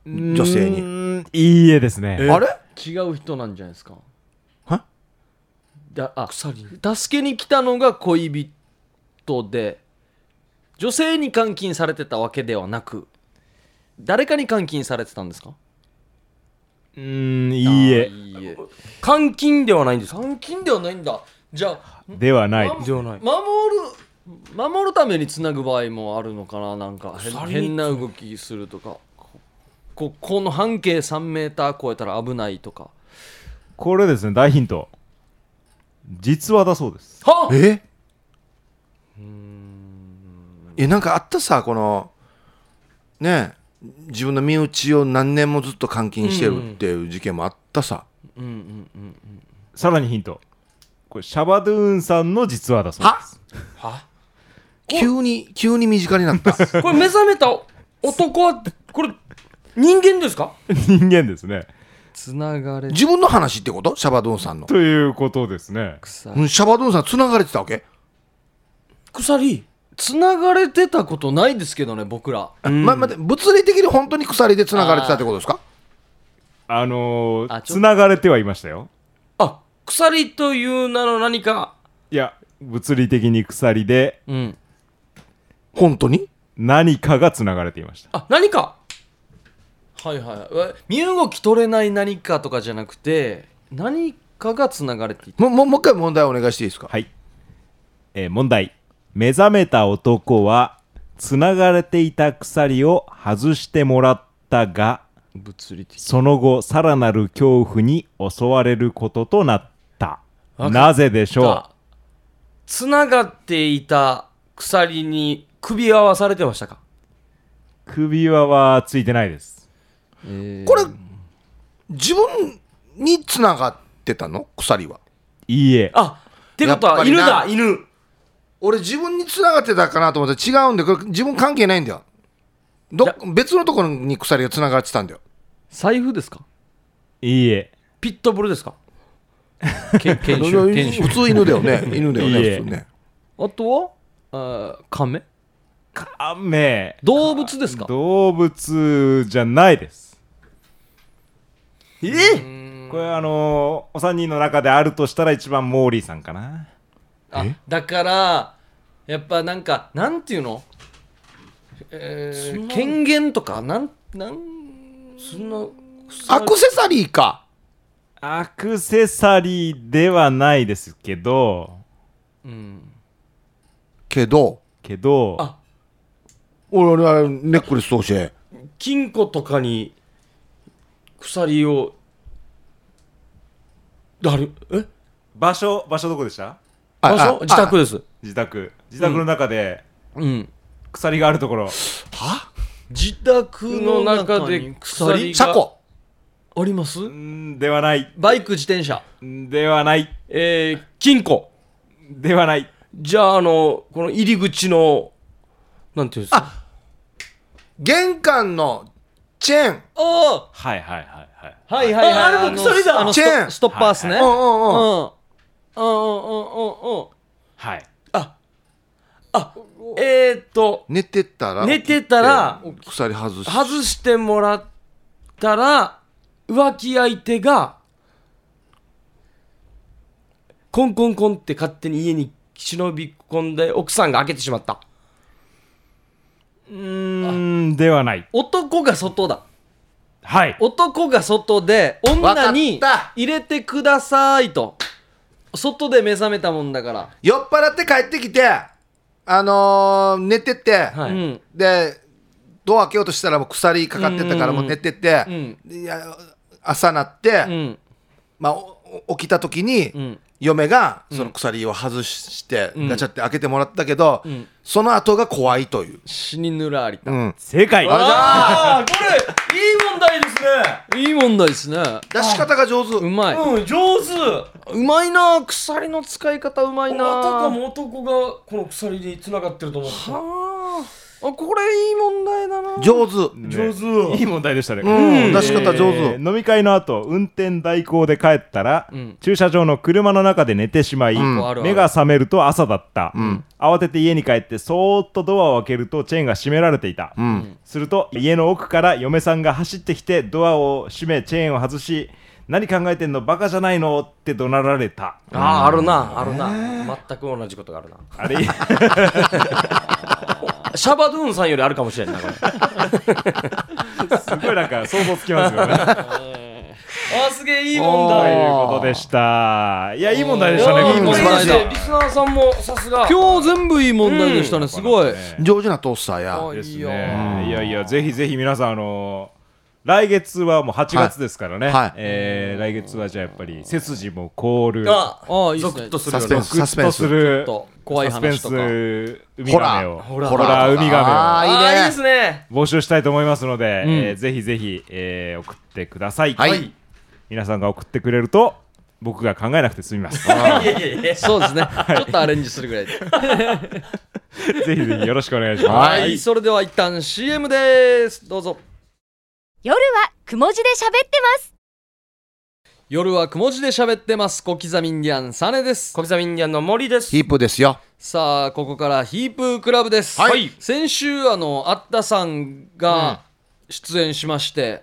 [SPEAKER 3] 女性に
[SPEAKER 4] にいいえですね
[SPEAKER 3] あれ
[SPEAKER 1] 違う人なんじゃないですか
[SPEAKER 3] は
[SPEAKER 1] だあ助けに来たのが恋人で女性に監禁されてたわけではなく誰かに監禁されてたんですか
[SPEAKER 4] うーんいい
[SPEAKER 1] あ
[SPEAKER 4] え
[SPEAKER 1] ーいいえ
[SPEAKER 2] 監禁ではないんですか
[SPEAKER 1] 監禁ではないんだじゃあ
[SPEAKER 4] ではない
[SPEAKER 2] ではな
[SPEAKER 1] 守
[SPEAKER 2] い
[SPEAKER 1] る守るためにつなぐ場合もあるのかななんか変
[SPEAKER 2] 鎖に
[SPEAKER 1] 変な動きするとかこここの半径3メーター超えたら危ないとか
[SPEAKER 4] これですね大ヒント実話だそうです
[SPEAKER 1] は
[SPEAKER 3] ええなんかあったさこのねえ自分の身内を何年もずっと監禁してるっていう事件もあったさ、
[SPEAKER 1] うんうんうん
[SPEAKER 4] さらにヒントこれシャバドゥーンさんの実話だそうです
[SPEAKER 3] 急に急に身近になった
[SPEAKER 2] これ目覚めた男はこれ人間ですか
[SPEAKER 4] 人間ですね
[SPEAKER 1] つながれ
[SPEAKER 3] 自分の話ってことシャバドゥンさんの、
[SPEAKER 4] ということですね
[SPEAKER 1] 鎖
[SPEAKER 3] うん、シャバドゥンさん繋がれてたわけ、
[SPEAKER 2] 鎖
[SPEAKER 1] つながれてたことないですけどね僕ら
[SPEAKER 3] ま、待って物理的に本当に鎖で繋がれてたってことですか
[SPEAKER 4] あのー
[SPEAKER 1] あちょ
[SPEAKER 4] つながれてはいましたよ
[SPEAKER 2] あ鎖という名の何か
[SPEAKER 4] いや物理的に鎖で
[SPEAKER 1] うん
[SPEAKER 3] 本当に
[SPEAKER 4] 何かがつながれていました
[SPEAKER 2] あ何か
[SPEAKER 1] はいはいえ身動き取れない何かとかじゃなくて何かがつながれていた
[SPEAKER 3] もももう一回問題お願いしていいですか、
[SPEAKER 4] はい、えー問題目覚めた男はつながれていた鎖を外してもらったが
[SPEAKER 1] 物理的
[SPEAKER 4] その後さらなる恐怖に襲われることとなった
[SPEAKER 1] わかった
[SPEAKER 4] なぜでしょ
[SPEAKER 2] つながっていた鎖に首輪はされてましたか
[SPEAKER 4] う首輪はついてないです
[SPEAKER 3] これ自分につながってたの鎖はい
[SPEAKER 4] いえ
[SPEAKER 2] あってこと
[SPEAKER 3] やっぱ
[SPEAKER 2] は
[SPEAKER 3] り
[SPEAKER 2] 犬
[SPEAKER 3] な
[SPEAKER 2] だ犬
[SPEAKER 3] 俺自分につながってたかなと思ったら違うんでこれ自分関係ないんだよど
[SPEAKER 1] いや
[SPEAKER 3] 別のところに鎖がつながってたんだよ
[SPEAKER 1] 財布ですか
[SPEAKER 4] いいえ
[SPEAKER 2] ピットブルですか
[SPEAKER 1] け研修研修
[SPEAKER 3] 普通犬だよね 犬だよね
[SPEAKER 4] いいえ
[SPEAKER 3] 普通ね
[SPEAKER 1] あとはあーカメ
[SPEAKER 4] あめ
[SPEAKER 1] 動物ですか
[SPEAKER 4] 動物じゃないです
[SPEAKER 2] え
[SPEAKER 4] これあのーお三人の中であるとしたら一番モーリーさんかな
[SPEAKER 1] あだからやっぱなんかなんていうの、えー権限とかなんなん
[SPEAKER 2] そんな
[SPEAKER 3] アクセサリーか
[SPEAKER 4] アクセサリーではないですけど
[SPEAKER 3] けど
[SPEAKER 4] けど
[SPEAKER 1] あ
[SPEAKER 3] 俺あれネックレス通して
[SPEAKER 2] 金庫とかに鎖を誰え
[SPEAKER 4] 場所場所どこでした
[SPEAKER 3] あ
[SPEAKER 2] 場
[SPEAKER 3] あ
[SPEAKER 2] 所自宅です
[SPEAKER 4] 自宅自宅の中で
[SPEAKER 1] うん
[SPEAKER 4] 鎖があるところ、
[SPEAKER 1] 自宅の中で鎖
[SPEAKER 2] 鎖
[SPEAKER 3] 車庫
[SPEAKER 1] あります
[SPEAKER 4] うんではない
[SPEAKER 1] バイク自転車
[SPEAKER 4] んではない
[SPEAKER 2] えー、金庫
[SPEAKER 4] ではない
[SPEAKER 2] じゃああのこの入り口のなんていうんですか
[SPEAKER 3] 玄関のチェーン
[SPEAKER 1] あ
[SPEAKER 4] はいはいはいはい
[SPEAKER 1] あはいはいはい
[SPEAKER 2] ああれも鎖だ
[SPEAKER 1] あの
[SPEAKER 3] チ
[SPEAKER 1] ス
[SPEAKER 3] ェーン
[SPEAKER 1] トストッパーっすね、
[SPEAKER 4] は
[SPEAKER 1] うん
[SPEAKER 4] い
[SPEAKER 3] う
[SPEAKER 1] うんん
[SPEAKER 3] うん
[SPEAKER 1] うん
[SPEAKER 3] うん
[SPEAKER 1] うんうんうん
[SPEAKER 4] はい
[SPEAKER 2] えー、っと
[SPEAKER 3] 寝てたら
[SPEAKER 2] 寝てたら
[SPEAKER 3] 鎖外し
[SPEAKER 2] 外してもらったら浮気相手がコンコンコンって勝手に家に忍び込んで奥さんが開けてしまった
[SPEAKER 4] うーんではない
[SPEAKER 1] 男が外だ
[SPEAKER 4] はい
[SPEAKER 1] 男が外で女に
[SPEAKER 3] わかった
[SPEAKER 1] 入れてくださいと外で目覚めたもんだから、
[SPEAKER 3] 酔っ払って帰ってきてあのー寝てて、
[SPEAKER 2] はい
[SPEAKER 1] うん
[SPEAKER 3] でドア開けようとしたらもう鎖かかってたからもう寝てて、
[SPEAKER 1] うん
[SPEAKER 3] いや朝なって、
[SPEAKER 1] うん
[SPEAKER 3] まあ、おお起きた時に、
[SPEAKER 1] うん
[SPEAKER 3] 嫁がその鎖を外して、
[SPEAKER 1] ん
[SPEAKER 3] ガチャって開けてもらったけど、
[SPEAKER 1] ん
[SPEAKER 3] その後が怖いという、
[SPEAKER 1] 死にぬらあり
[SPEAKER 3] う
[SPEAKER 1] た、
[SPEAKER 3] ん、
[SPEAKER 4] 正解
[SPEAKER 2] ああこれいい問題です
[SPEAKER 1] いい問題ですね
[SPEAKER 3] 出し方が上手
[SPEAKER 1] うまい、
[SPEAKER 2] ねうん上手
[SPEAKER 1] うまいな鎖の使い方うまいな
[SPEAKER 2] 男も男がこの鎖に繋がってると思った
[SPEAKER 1] あーあこれいい問題だな
[SPEAKER 3] 上手、
[SPEAKER 4] ね
[SPEAKER 2] 上手
[SPEAKER 4] いい問題でしたね、
[SPEAKER 3] うん、出し方上手、
[SPEAKER 4] えー飲み会の後運転代行で帰ったら、
[SPEAKER 1] ん
[SPEAKER 4] 駐車場の車の中で寝てしまい、
[SPEAKER 3] ん
[SPEAKER 1] あるある
[SPEAKER 4] 目が覚めると朝だった、慌てて家に帰ってそーっとドアを開けるとチェーンが閉められていた、
[SPEAKER 3] ん
[SPEAKER 4] すると家の奥から嫁さんが走ってきてドアを閉めチェーンを外し何考えてんのバカじゃないのって怒鳴られた
[SPEAKER 2] あああるなあるな全く同じことがあるな
[SPEAKER 4] あれ
[SPEAKER 2] シャバドゥーンさんよりあるかもしれんないこれ
[SPEAKER 4] すごいなんか想像つきま すよね
[SPEAKER 2] あすげえいい
[SPEAKER 3] 問
[SPEAKER 4] と
[SPEAKER 3] 題
[SPEAKER 4] いうことでしたいやいい問題でした
[SPEAKER 2] い
[SPEAKER 4] ね
[SPEAKER 2] や
[SPEAKER 3] いい
[SPEAKER 4] こ
[SPEAKER 3] 問
[SPEAKER 4] れ
[SPEAKER 3] 題でした
[SPEAKER 2] リスナーさんもさすが
[SPEAKER 1] 今日全部いい問題でしたね、すごい、
[SPEAKER 4] ね
[SPEAKER 3] 上手なトースターや
[SPEAKER 1] あ
[SPEAKER 4] です
[SPEAKER 1] いいよ
[SPEAKER 4] ね。いやいや、ぜひぜひ皆さん、あの来月はもう8月ですからね、
[SPEAKER 3] はいはい
[SPEAKER 4] えー来月はじゃあやっぱり背筋も凍る、
[SPEAKER 2] あ
[SPEAKER 1] ああいい
[SPEAKER 2] ゾ
[SPEAKER 1] で
[SPEAKER 2] ク
[SPEAKER 1] すね
[SPEAKER 2] ッとする
[SPEAKER 3] サ
[SPEAKER 2] よ
[SPEAKER 3] スペ
[SPEAKER 2] ね
[SPEAKER 3] ンスサスペンス
[SPEAKER 4] ゾクッとする
[SPEAKER 1] と怖い話とか
[SPEAKER 4] サスペンスウミガメを
[SPEAKER 3] ホ
[SPEAKER 4] ホ
[SPEAKER 3] ラ
[SPEAKER 4] ラ
[SPEAKER 3] ー
[SPEAKER 4] ーウミガ
[SPEAKER 3] あ
[SPEAKER 2] あ
[SPEAKER 3] ー
[SPEAKER 2] あ
[SPEAKER 3] いいね
[SPEAKER 2] いいですね
[SPEAKER 4] メを募集したいと思いますので、
[SPEAKER 1] うん
[SPEAKER 4] えーぜひぜひ、えー送ってください、
[SPEAKER 3] はい
[SPEAKER 4] 皆さんが送ってくれると僕が考えなくて済みますぜ
[SPEAKER 2] いやいやいや
[SPEAKER 1] そうですねちょっとアレンジするぐらいで
[SPEAKER 4] ひぜひよろしくお願いします
[SPEAKER 1] はい、それでは一旦 CM ですどうぞ
[SPEAKER 5] 夜はくも字で喋ってます
[SPEAKER 1] 夜はくも字で喋ってます小刻みインディアンサネです
[SPEAKER 2] 小刻みインディアンの森です
[SPEAKER 3] ヒープですよ
[SPEAKER 1] さあここからヒープークラブです、
[SPEAKER 3] はい
[SPEAKER 1] 先週あのあったさんが出演しまして、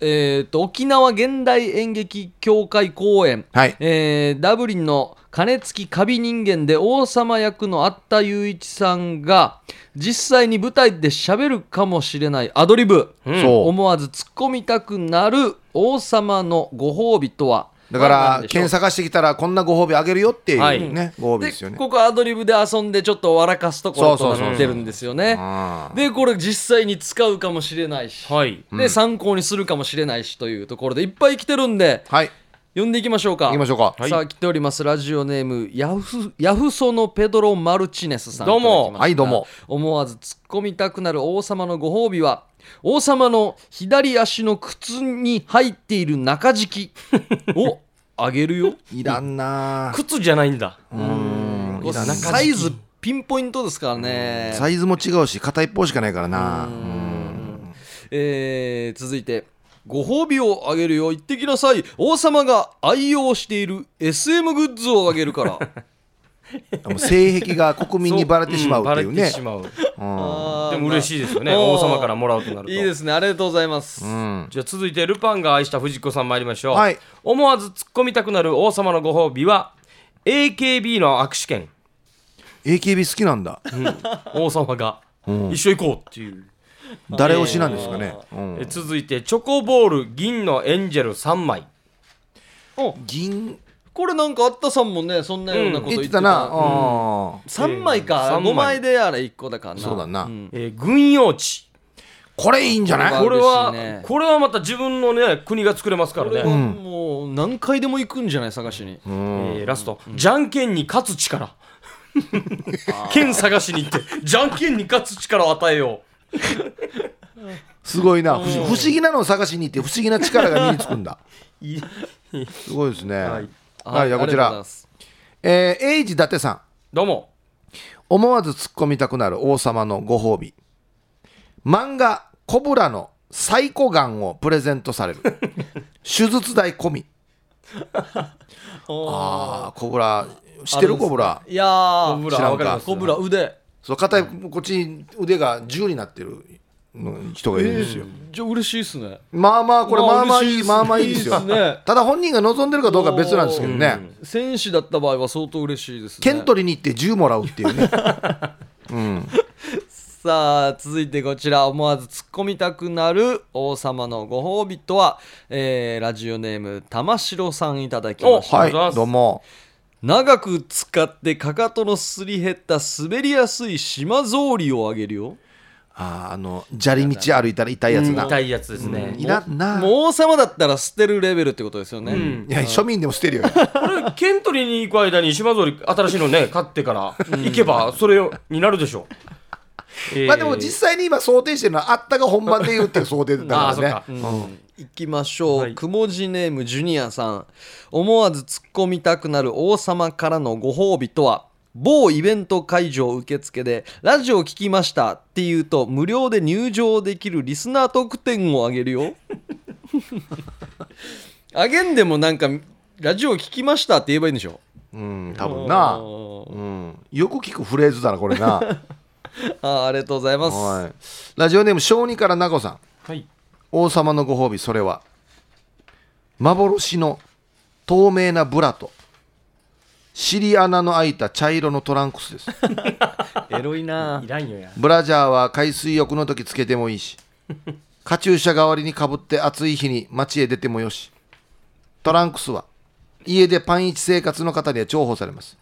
[SPEAKER 1] えー、と沖縄現代演劇協会公演、
[SPEAKER 3] はい
[SPEAKER 1] えーダブリンの金付きカビ人間で王様役のあった雄一さんが実際に舞台で喋るかもしれないアドリブ、
[SPEAKER 2] ん
[SPEAKER 3] そう
[SPEAKER 1] 思わず突っ込みたくなる王様のご褒美とは
[SPEAKER 3] だか
[SPEAKER 1] まあな
[SPEAKER 3] ら
[SPEAKER 1] んでしょう
[SPEAKER 3] 検査してきたらこんなご褒美あげるよってい
[SPEAKER 1] はいう
[SPEAKER 3] ねご褒美ですよね
[SPEAKER 1] でここアドリブで遊んでちょっと笑かすところとなってるんですよね
[SPEAKER 3] あー
[SPEAKER 1] でこれ実際に使うかもしれないし、
[SPEAKER 2] はい
[SPEAKER 1] で参考にするかもしれないしというところでいっぱい来てるんで
[SPEAKER 3] はい
[SPEAKER 1] 読んでいきましょうか
[SPEAKER 3] 行きましょうか
[SPEAKER 1] さあ来ておりますラジオネームヤフヤフソのペドロ・マルチネスさん
[SPEAKER 2] どうも
[SPEAKER 1] いただきました
[SPEAKER 3] はいどうも
[SPEAKER 1] 思わず突っ込みたくなる王様のご褒美は 王様の左足の靴に入っている中敷 きをあげるよ
[SPEAKER 3] いらんなー
[SPEAKER 2] 靴じゃないんだ
[SPEAKER 3] うんいらんな
[SPEAKER 1] サイズピンポイントですからね
[SPEAKER 3] サイズも違うし片一方しかないからな
[SPEAKER 1] えー続いてご褒美をあげるよ言ってきなさい王様が愛用している SM グッズをあげるから
[SPEAKER 3] うんもう性癖が国民にばれてしまうっていう
[SPEAKER 2] バレ
[SPEAKER 3] ね
[SPEAKER 2] てしまう
[SPEAKER 3] うん
[SPEAKER 2] でも嬉しいですよね
[SPEAKER 1] あー
[SPEAKER 2] 王様からもらうとなると
[SPEAKER 1] いいですねありがとうございます、
[SPEAKER 3] うん
[SPEAKER 2] じゃあ続いてルパンが愛した藤子さん参りましょう、
[SPEAKER 3] はい
[SPEAKER 2] 思わず突っ込みたくなる王様のご褒美は AKB の握手券
[SPEAKER 3] AKB 好きなんだ
[SPEAKER 2] 王様が
[SPEAKER 3] うん
[SPEAKER 2] 一緒行こうっていう、
[SPEAKER 3] 誰推しなんですかねうん
[SPEAKER 2] え続いてチョコボール銀のエンジェル3枚
[SPEAKER 3] 銀
[SPEAKER 1] これなんかあったさんもねそんなようなこと
[SPEAKER 3] 言
[SPEAKER 1] 言っ
[SPEAKER 3] っ
[SPEAKER 1] てて
[SPEAKER 3] た
[SPEAKER 1] た,、
[SPEAKER 3] なあー
[SPEAKER 1] 3枚か
[SPEAKER 2] 三枚
[SPEAKER 1] 5枚であれ1個だからな
[SPEAKER 3] そうだなん
[SPEAKER 2] えー軍用地
[SPEAKER 3] これいいんじゃない
[SPEAKER 1] こ
[SPEAKER 2] これは、
[SPEAKER 1] 嬉しいね
[SPEAKER 2] これはまた自分のね国が作れますから
[SPEAKER 1] これ
[SPEAKER 2] ね、
[SPEAKER 1] はもう何回でも行くんじゃない探しに、
[SPEAKER 2] えーラスト、じゃんけんに勝つ力 剣探しに行ってじゃんけんに勝つ力を与えよ
[SPEAKER 3] すごいな不思不思議なのを探しに行って不思議な力が身につく んだ
[SPEAKER 2] うい
[SPEAKER 3] すごいですねはい
[SPEAKER 2] い
[SPEAKER 3] じゃあ
[SPEAKER 1] あ
[SPEAKER 3] こち
[SPEAKER 1] りがとうござい
[SPEAKER 3] ら
[SPEAKER 1] ます
[SPEAKER 3] えーエイジ伊達さん
[SPEAKER 2] どうも
[SPEAKER 3] 思わず突っ込みたくなる王様のご褒美漫画「コブラ」のサイコガンをプレゼント される手術代込みああコブラ知ってるコブラ
[SPEAKER 1] いやー
[SPEAKER 2] コ
[SPEAKER 1] コ
[SPEAKER 2] ブ
[SPEAKER 1] ブラ
[SPEAKER 2] ラ
[SPEAKER 3] 知らんか
[SPEAKER 2] わかります
[SPEAKER 1] 腕
[SPEAKER 3] そう片いこっち腕が10になってるの人がいるんですよ、
[SPEAKER 1] じゃあ嬉しいっすね
[SPEAKER 3] まあまあこれ
[SPEAKER 1] まあ
[SPEAKER 3] まあまあい
[SPEAKER 1] 嬉
[SPEAKER 3] い、
[SPEAKER 1] しいですね
[SPEAKER 3] まあまあいいですよ
[SPEAKER 1] いいですね
[SPEAKER 3] ただ本人が望んでるかどうかは別なんですけどね
[SPEAKER 1] 選手だった場合は相当嬉しいですね
[SPEAKER 3] 剣取りに行って10もらうっていうね
[SPEAKER 1] さあ続いてこちら思わず突っ込みたくなる王様のご褒美とは、えーラジオネーム玉城さんいただきました
[SPEAKER 3] は
[SPEAKER 2] ありがとうございま
[SPEAKER 3] い
[SPEAKER 2] す
[SPEAKER 3] どうも
[SPEAKER 1] 長く使ってかかとのすり減った滑りやすい島ぞうりをあげるよ
[SPEAKER 3] あーあの砂利道歩いたら痛いやつな、
[SPEAKER 2] 痛いやつですね、
[SPEAKER 3] いらんな
[SPEAKER 1] もう王様だったら捨てるレベルってことですよね、
[SPEAKER 3] いや庶民でも捨てるよ
[SPEAKER 2] これ剣取りに行く間に島ぞり新しいのね買ってから行けばそれになるでしょう、え ー
[SPEAKER 3] まあでも実際に今想定してるのはあったが本番で言うっていう想定だ
[SPEAKER 2] あ あ
[SPEAKER 3] か
[SPEAKER 2] そっ
[SPEAKER 3] ら
[SPEAKER 2] か、
[SPEAKER 3] ね。
[SPEAKER 1] いきましょう、
[SPEAKER 2] はい
[SPEAKER 1] くもじネームジュニアさん思わず突っ込みたくなる王様からのご褒美とは某イベント会場受付で「ラジオ聞きました」っていうと無料で入場できるリスナー特典をあげる よあげんでもなんか「ラジオ聞きました」って言えばいいんでしょ
[SPEAKER 3] うん、多分な、うん、よく聞くフレーズだなこれな。
[SPEAKER 1] あーありがとうございます、
[SPEAKER 3] はい。ラジオネーム小児からなごさん、
[SPEAKER 2] はい、
[SPEAKER 3] 王様のご褒美それは幻の透明なブラと尻穴の開いた茶色のトランクス です。
[SPEAKER 1] エロいない
[SPEAKER 2] らんよや
[SPEAKER 3] ブラジャーは海水浴の時つけてもいいし、カチューシャ代わりにかぶって暑い日に街へ出てもよし、トランクスは家でパンイチ生活の方には重宝されます。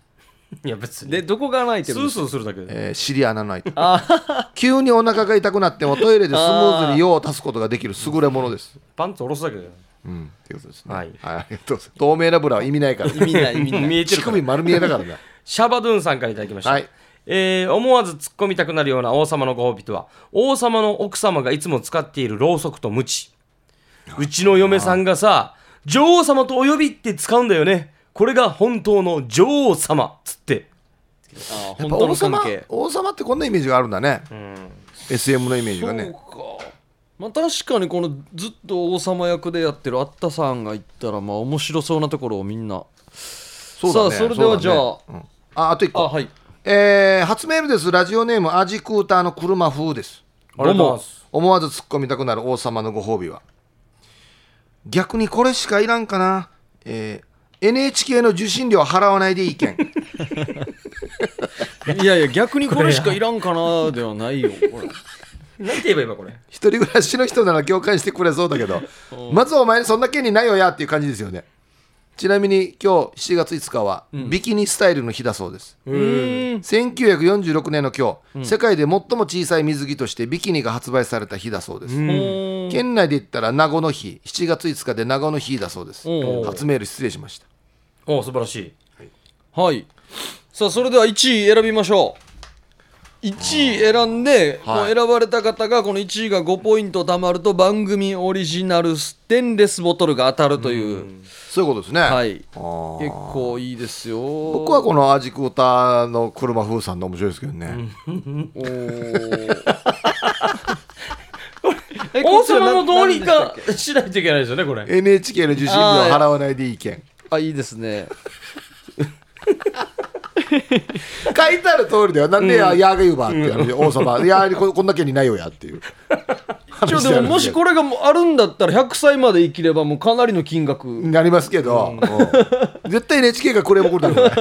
[SPEAKER 2] いや別に
[SPEAKER 1] でどこが泣いて
[SPEAKER 2] ス
[SPEAKER 1] るん
[SPEAKER 2] ー
[SPEAKER 1] です
[SPEAKER 2] ス
[SPEAKER 1] か
[SPEAKER 2] ーするだけで
[SPEAKER 3] えー尻穴の開いた。急にお腹が痛くなってもトイレでスムーズに用を足すことができる優れものです。
[SPEAKER 2] パンツ下ろすだけで
[SPEAKER 3] うん、っていうことですね。
[SPEAKER 2] はい
[SPEAKER 3] ありがとうございます。透明なブラは意味ないから。
[SPEAKER 1] 意味ない意味ない
[SPEAKER 2] 見え
[SPEAKER 3] 乳
[SPEAKER 2] てるから
[SPEAKER 3] 首丸見えだからね。
[SPEAKER 2] シャバドゥーンさんからいただきました、
[SPEAKER 3] はい
[SPEAKER 2] えー思わず突っ込みたくなるような王様のご褒美とは王様の奥様がいつも使っているろうそくと鞭うちの嫁さんがさ女王様とお呼びって使うんだよねこれが本当の女王様っつって
[SPEAKER 1] あー
[SPEAKER 3] やっ
[SPEAKER 1] 本
[SPEAKER 3] ぱ
[SPEAKER 1] 当
[SPEAKER 3] 王
[SPEAKER 1] の関
[SPEAKER 3] 様
[SPEAKER 1] 係、
[SPEAKER 3] 王様ってこんなイメージがあるんだね。SM のイメージが
[SPEAKER 1] そ
[SPEAKER 3] ね。
[SPEAKER 1] うかまあ確かにこのずっと王様役でやってるあったさんが言ったらまあ面白そうなところをみんな
[SPEAKER 3] そうだね。
[SPEAKER 1] さあそれではじゃあ
[SPEAKER 3] そうだねうんあ、あと一個。
[SPEAKER 1] あはい
[SPEAKER 3] えー初メールです。ラジオネーム、アジクーターの車風です。
[SPEAKER 2] ありがとうございます
[SPEAKER 3] 思わず突っ込みたくなる王様のご褒美は。逆にこれしかいらんかな。えー NHK の受信料払わないでいいけん
[SPEAKER 1] いやいや逆にこれしかいらんかなではないよこれ
[SPEAKER 2] なんて言えばいいのこれ。
[SPEAKER 3] 一人暮らしの人なら共感してくれそうだけどまずお前にそんな権利ないよやっていう感じですよねちなみに今日7月5日はビキニスタイルの日だそうです、1946年の今日、世界で最も小さい水着としてビキニが発売された日だそうです、県内で言ったら名護の日7月5日で名護の日だそうです
[SPEAKER 1] おう
[SPEAKER 3] 初メール失礼しました
[SPEAKER 2] おお、素晴らしい。
[SPEAKER 1] はいさあそれでは1位選びましょう1位選んで、
[SPEAKER 3] はい
[SPEAKER 1] こう選ばれた方がこの1位が5ポイント貯まると番組オリジナルステンレスボトルが当たるという
[SPEAKER 3] そういうことですね、
[SPEAKER 1] はい
[SPEAKER 3] あ
[SPEAKER 1] 結
[SPEAKER 3] ー
[SPEAKER 1] 構いいですよ
[SPEAKER 3] 僕はこのアジクオタの車風さんの面白いですけどね、
[SPEAKER 1] お ーえ
[SPEAKER 2] 王
[SPEAKER 1] こちら
[SPEAKER 2] 様
[SPEAKER 1] な
[SPEAKER 2] もどうに
[SPEAKER 1] 何で
[SPEAKER 2] か
[SPEAKER 1] したっ
[SPEAKER 2] しないといけないですよね、これ。
[SPEAKER 3] NHK の受信料払わないでいいけん
[SPEAKER 1] けあいいですね
[SPEAKER 3] 書いてある通りだよなんでや「や」が言うばってやる王様「や」ここんな権利ないよやっていう
[SPEAKER 1] 一応でももしこれがもうあるんだったら100歳まで生きればもうかなりの金額、
[SPEAKER 3] なりますけど、うん絶対 NHK がクレーム来るだろうね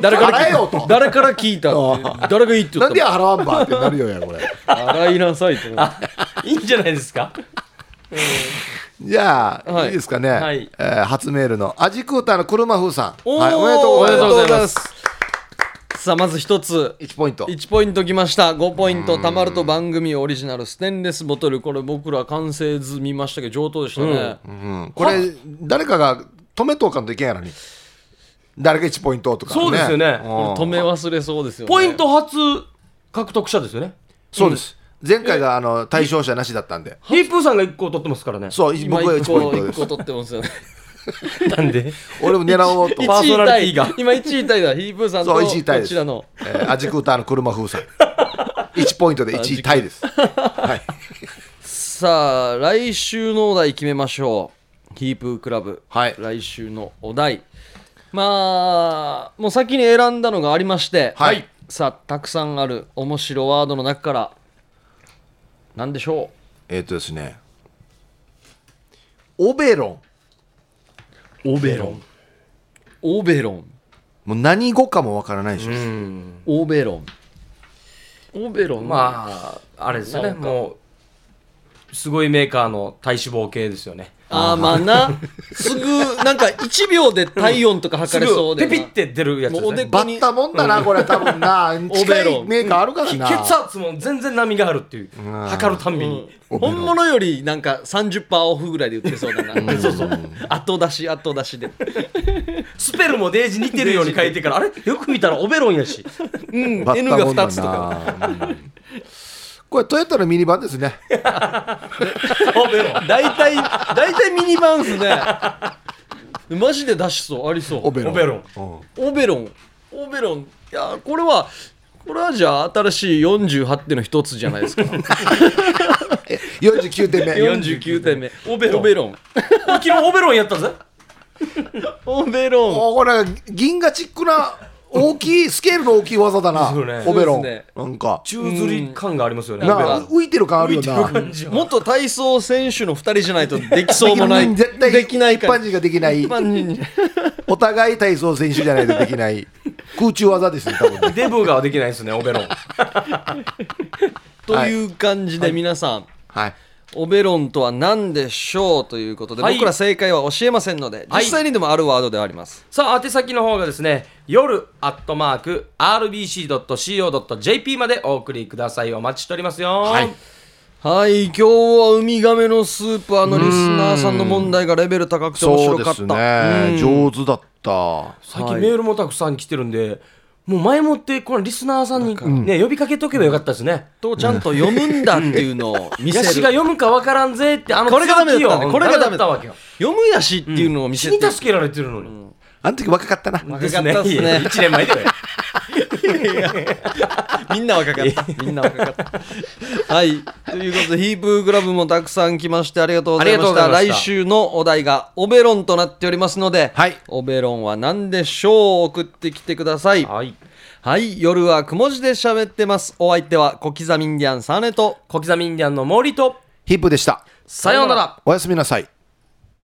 [SPEAKER 1] 誰から
[SPEAKER 3] 払え
[SPEAKER 1] 聞
[SPEAKER 3] よ
[SPEAKER 1] いた
[SPEAKER 3] と
[SPEAKER 1] 誰から聞いたって誰がいいって言
[SPEAKER 3] な
[SPEAKER 1] っ
[SPEAKER 3] んで
[SPEAKER 1] た
[SPEAKER 3] 払わんばってなるよやこれ
[SPEAKER 1] の洗いなさいって
[SPEAKER 2] いいんじゃないですか。
[SPEAKER 3] じゃあ、
[SPEAKER 1] はい
[SPEAKER 3] い、いですかね、
[SPEAKER 2] はい
[SPEAKER 3] えー初メールのアジクーターの車風さん、
[SPEAKER 1] おー
[SPEAKER 3] はい、おめでとうございます
[SPEAKER 2] おめでとうございます
[SPEAKER 1] さあまず一つ
[SPEAKER 3] 1ポイント
[SPEAKER 1] 1ポイントきました5ポイント貯まると番組オリジナルステンレスボトルこれ僕ら完成図見ましたけど上等でしたね、
[SPEAKER 3] うんこれ誰かが止めとおかんといけんやのに誰が1ポイントとか、ね、
[SPEAKER 2] そうですよね
[SPEAKER 3] う
[SPEAKER 1] こ
[SPEAKER 3] ん
[SPEAKER 1] れ止め忘れそうですよ、ね、
[SPEAKER 2] ポイント初獲得者ですよね。
[SPEAKER 3] そうです、前回があの対象者なしだったんで
[SPEAKER 2] ヒープーさんが1個取ってますからね。
[SPEAKER 3] そう
[SPEAKER 1] 今
[SPEAKER 3] 僕が1
[SPEAKER 1] 1
[SPEAKER 3] ポイ
[SPEAKER 1] 個1
[SPEAKER 3] ントです
[SPEAKER 1] 個取ってますよね
[SPEAKER 2] なん で。
[SPEAKER 3] 俺も狙おう と
[SPEAKER 2] 一、パーソナリティが
[SPEAKER 1] 1位タイ今1位タイだヒープーさんと
[SPEAKER 3] そう
[SPEAKER 1] こ
[SPEAKER 3] 1位タイです
[SPEAKER 1] ちらの
[SPEAKER 3] えー、アジクーターの車風さん1ポイントで1位タイです、はい、
[SPEAKER 1] さあ来週のお題決めましょうヒープークラブ、
[SPEAKER 3] はい
[SPEAKER 1] 来週のお題まあもう先に選んだのがありまして、
[SPEAKER 3] はい
[SPEAKER 1] さあたくさんある面白ワードの中から何でしょ
[SPEAKER 3] えっ、とですねオベロン
[SPEAKER 1] うオベロンオベロン
[SPEAKER 3] もう何語かもわからないでしょ、
[SPEAKER 1] オベロンオベロンまあ
[SPEAKER 2] まあ、あれですよね。
[SPEAKER 1] なんか
[SPEAKER 2] もう。すごいメーカーの体脂肪系ですよね。
[SPEAKER 1] あーまあなすぐなんか1秒で体温とか測れそうで
[SPEAKER 2] ペ
[SPEAKER 1] な
[SPEAKER 2] ピって出るやつで
[SPEAKER 1] もう
[SPEAKER 2] す
[SPEAKER 1] おで
[SPEAKER 2] ね。
[SPEAKER 1] こ
[SPEAKER 3] バッタもんだなこれ多分な近いメーカーあるから
[SPEAKER 2] 血
[SPEAKER 3] な
[SPEAKER 2] 圧も全然波があるっていう。測るたんびに。
[SPEAKER 1] 本物よりなんか30%オフぐらいで売ってそうだなそうそう後出し後出しで
[SPEAKER 2] スペルもデージ似てるように書いてから、あれよく見たらオベロンやし。
[SPEAKER 1] うん
[SPEAKER 3] バ
[SPEAKER 1] N
[SPEAKER 3] ッ
[SPEAKER 1] が
[SPEAKER 3] タもんだ
[SPEAKER 1] 2
[SPEAKER 3] な
[SPEAKER 1] つとか
[SPEAKER 3] うんこれトヨタのミニバンですね
[SPEAKER 2] オベロン。
[SPEAKER 1] 大体大体ミニバンスねマジで出しそうありそう
[SPEAKER 3] オベロン
[SPEAKER 2] オベロン
[SPEAKER 1] オベロンオベロンいやこれはこれはじゃあ新しい48点の一つじゃないですか
[SPEAKER 3] 49点目
[SPEAKER 1] 49点目
[SPEAKER 2] オベロン
[SPEAKER 1] オベロン
[SPEAKER 2] 昨日オベロンやったぜ。
[SPEAKER 1] オベロン
[SPEAKER 3] おこれ銀河チックな大きいスケールの大きい技だな、
[SPEAKER 2] そうです
[SPEAKER 3] オ
[SPEAKER 2] よね
[SPEAKER 3] ベロ
[SPEAKER 1] そ
[SPEAKER 3] ン、
[SPEAKER 1] うです
[SPEAKER 3] なんか
[SPEAKER 2] 宙吊り感がありますよね。
[SPEAKER 3] な
[SPEAKER 1] ベロ
[SPEAKER 3] あ
[SPEAKER 1] ン
[SPEAKER 3] 浮いてる感あるよな
[SPEAKER 1] 元体操選手の2人じゃないとできそうもない
[SPEAKER 3] 絶対
[SPEAKER 1] できない
[SPEAKER 3] 一
[SPEAKER 1] から
[SPEAKER 3] 般人ができない
[SPEAKER 1] 一般人に
[SPEAKER 3] お互い体操選手じゃないとできない空中技ですね多分ね
[SPEAKER 2] デブができないですね、オベロン。
[SPEAKER 1] という感じで皆さん、
[SPEAKER 3] はい
[SPEAKER 1] オベロンとは何でしょうということで、
[SPEAKER 2] はい
[SPEAKER 1] 僕ら正解は教えませんので
[SPEAKER 2] は
[SPEAKER 1] 実
[SPEAKER 2] い
[SPEAKER 1] 際にでもあるワードではあります、
[SPEAKER 2] さあ、宛先の方がですね、夜アットマーク RBC.CO.JP までお送りください。お待ちしておりますよ。
[SPEAKER 3] はい
[SPEAKER 1] はい今日はウミガメのスープあのリスナーさんの問題がレベル高くて面
[SPEAKER 3] そ
[SPEAKER 1] 白
[SPEAKER 3] う
[SPEAKER 1] か
[SPEAKER 3] で
[SPEAKER 1] った
[SPEAKER 3] すね上手だった
[SPEAKER 2] 最近メールもたくさん来てるんで、もう前もってこのリスナーさんに、ね、呼びかけとけばよかったですね。
[SPEAKER 1] とちゃんと読むんだっていうのを見 せ
[SPEAKER 2] ヤ
[SPEAKER 1] る
[SPEAKER 2] シが読むかわからんぜって、あの
[SPEAKER 1] これがダメだったね
[SPEAKER 2] 強気よ
[SPEAKER 1] これがダメだった
[SPEAKER 2] ダメだったわけよ。
[SPEAKER 1] 読むやしっていうのを見せ
[SPEAKER 2] 死
[SPEAKER 1] て、
[SPEAKER 2] に助けられてるのに。
[SPEAKER 3] あの時若かったな
[SPEAKER 2] で
[SPEAKER 1] 若かったっすね
[SPEAKER 2] いや 一年 前でよ。
[SPEAKER 1] みんな若かった みんな若かったはいということでヒープークラブもたくさん来ましてありがとうございました
[SPEAKER 2] ありがとうございまし
[SPEAKER 1] 来
[SPEAKER 2] た
[SPEAKER 1] 週のお題がオベロンとなっておりますので、
[SPEAKER 3] はい
[SPEAKER 1] オベロンは何でしょう送ってきてください
[SPEAKER 2] はい。
[SPEAKER 1] はい、夜はくも字で喋ってます。お相手は小刻みインディアンサネと。
[SPEAKER 2] 小刻みインディアンの森と、
[SPEAKER 3] ヒップでした
[SPEAKER 2] さようなら。
[SPEAKER 3] おやすみなさい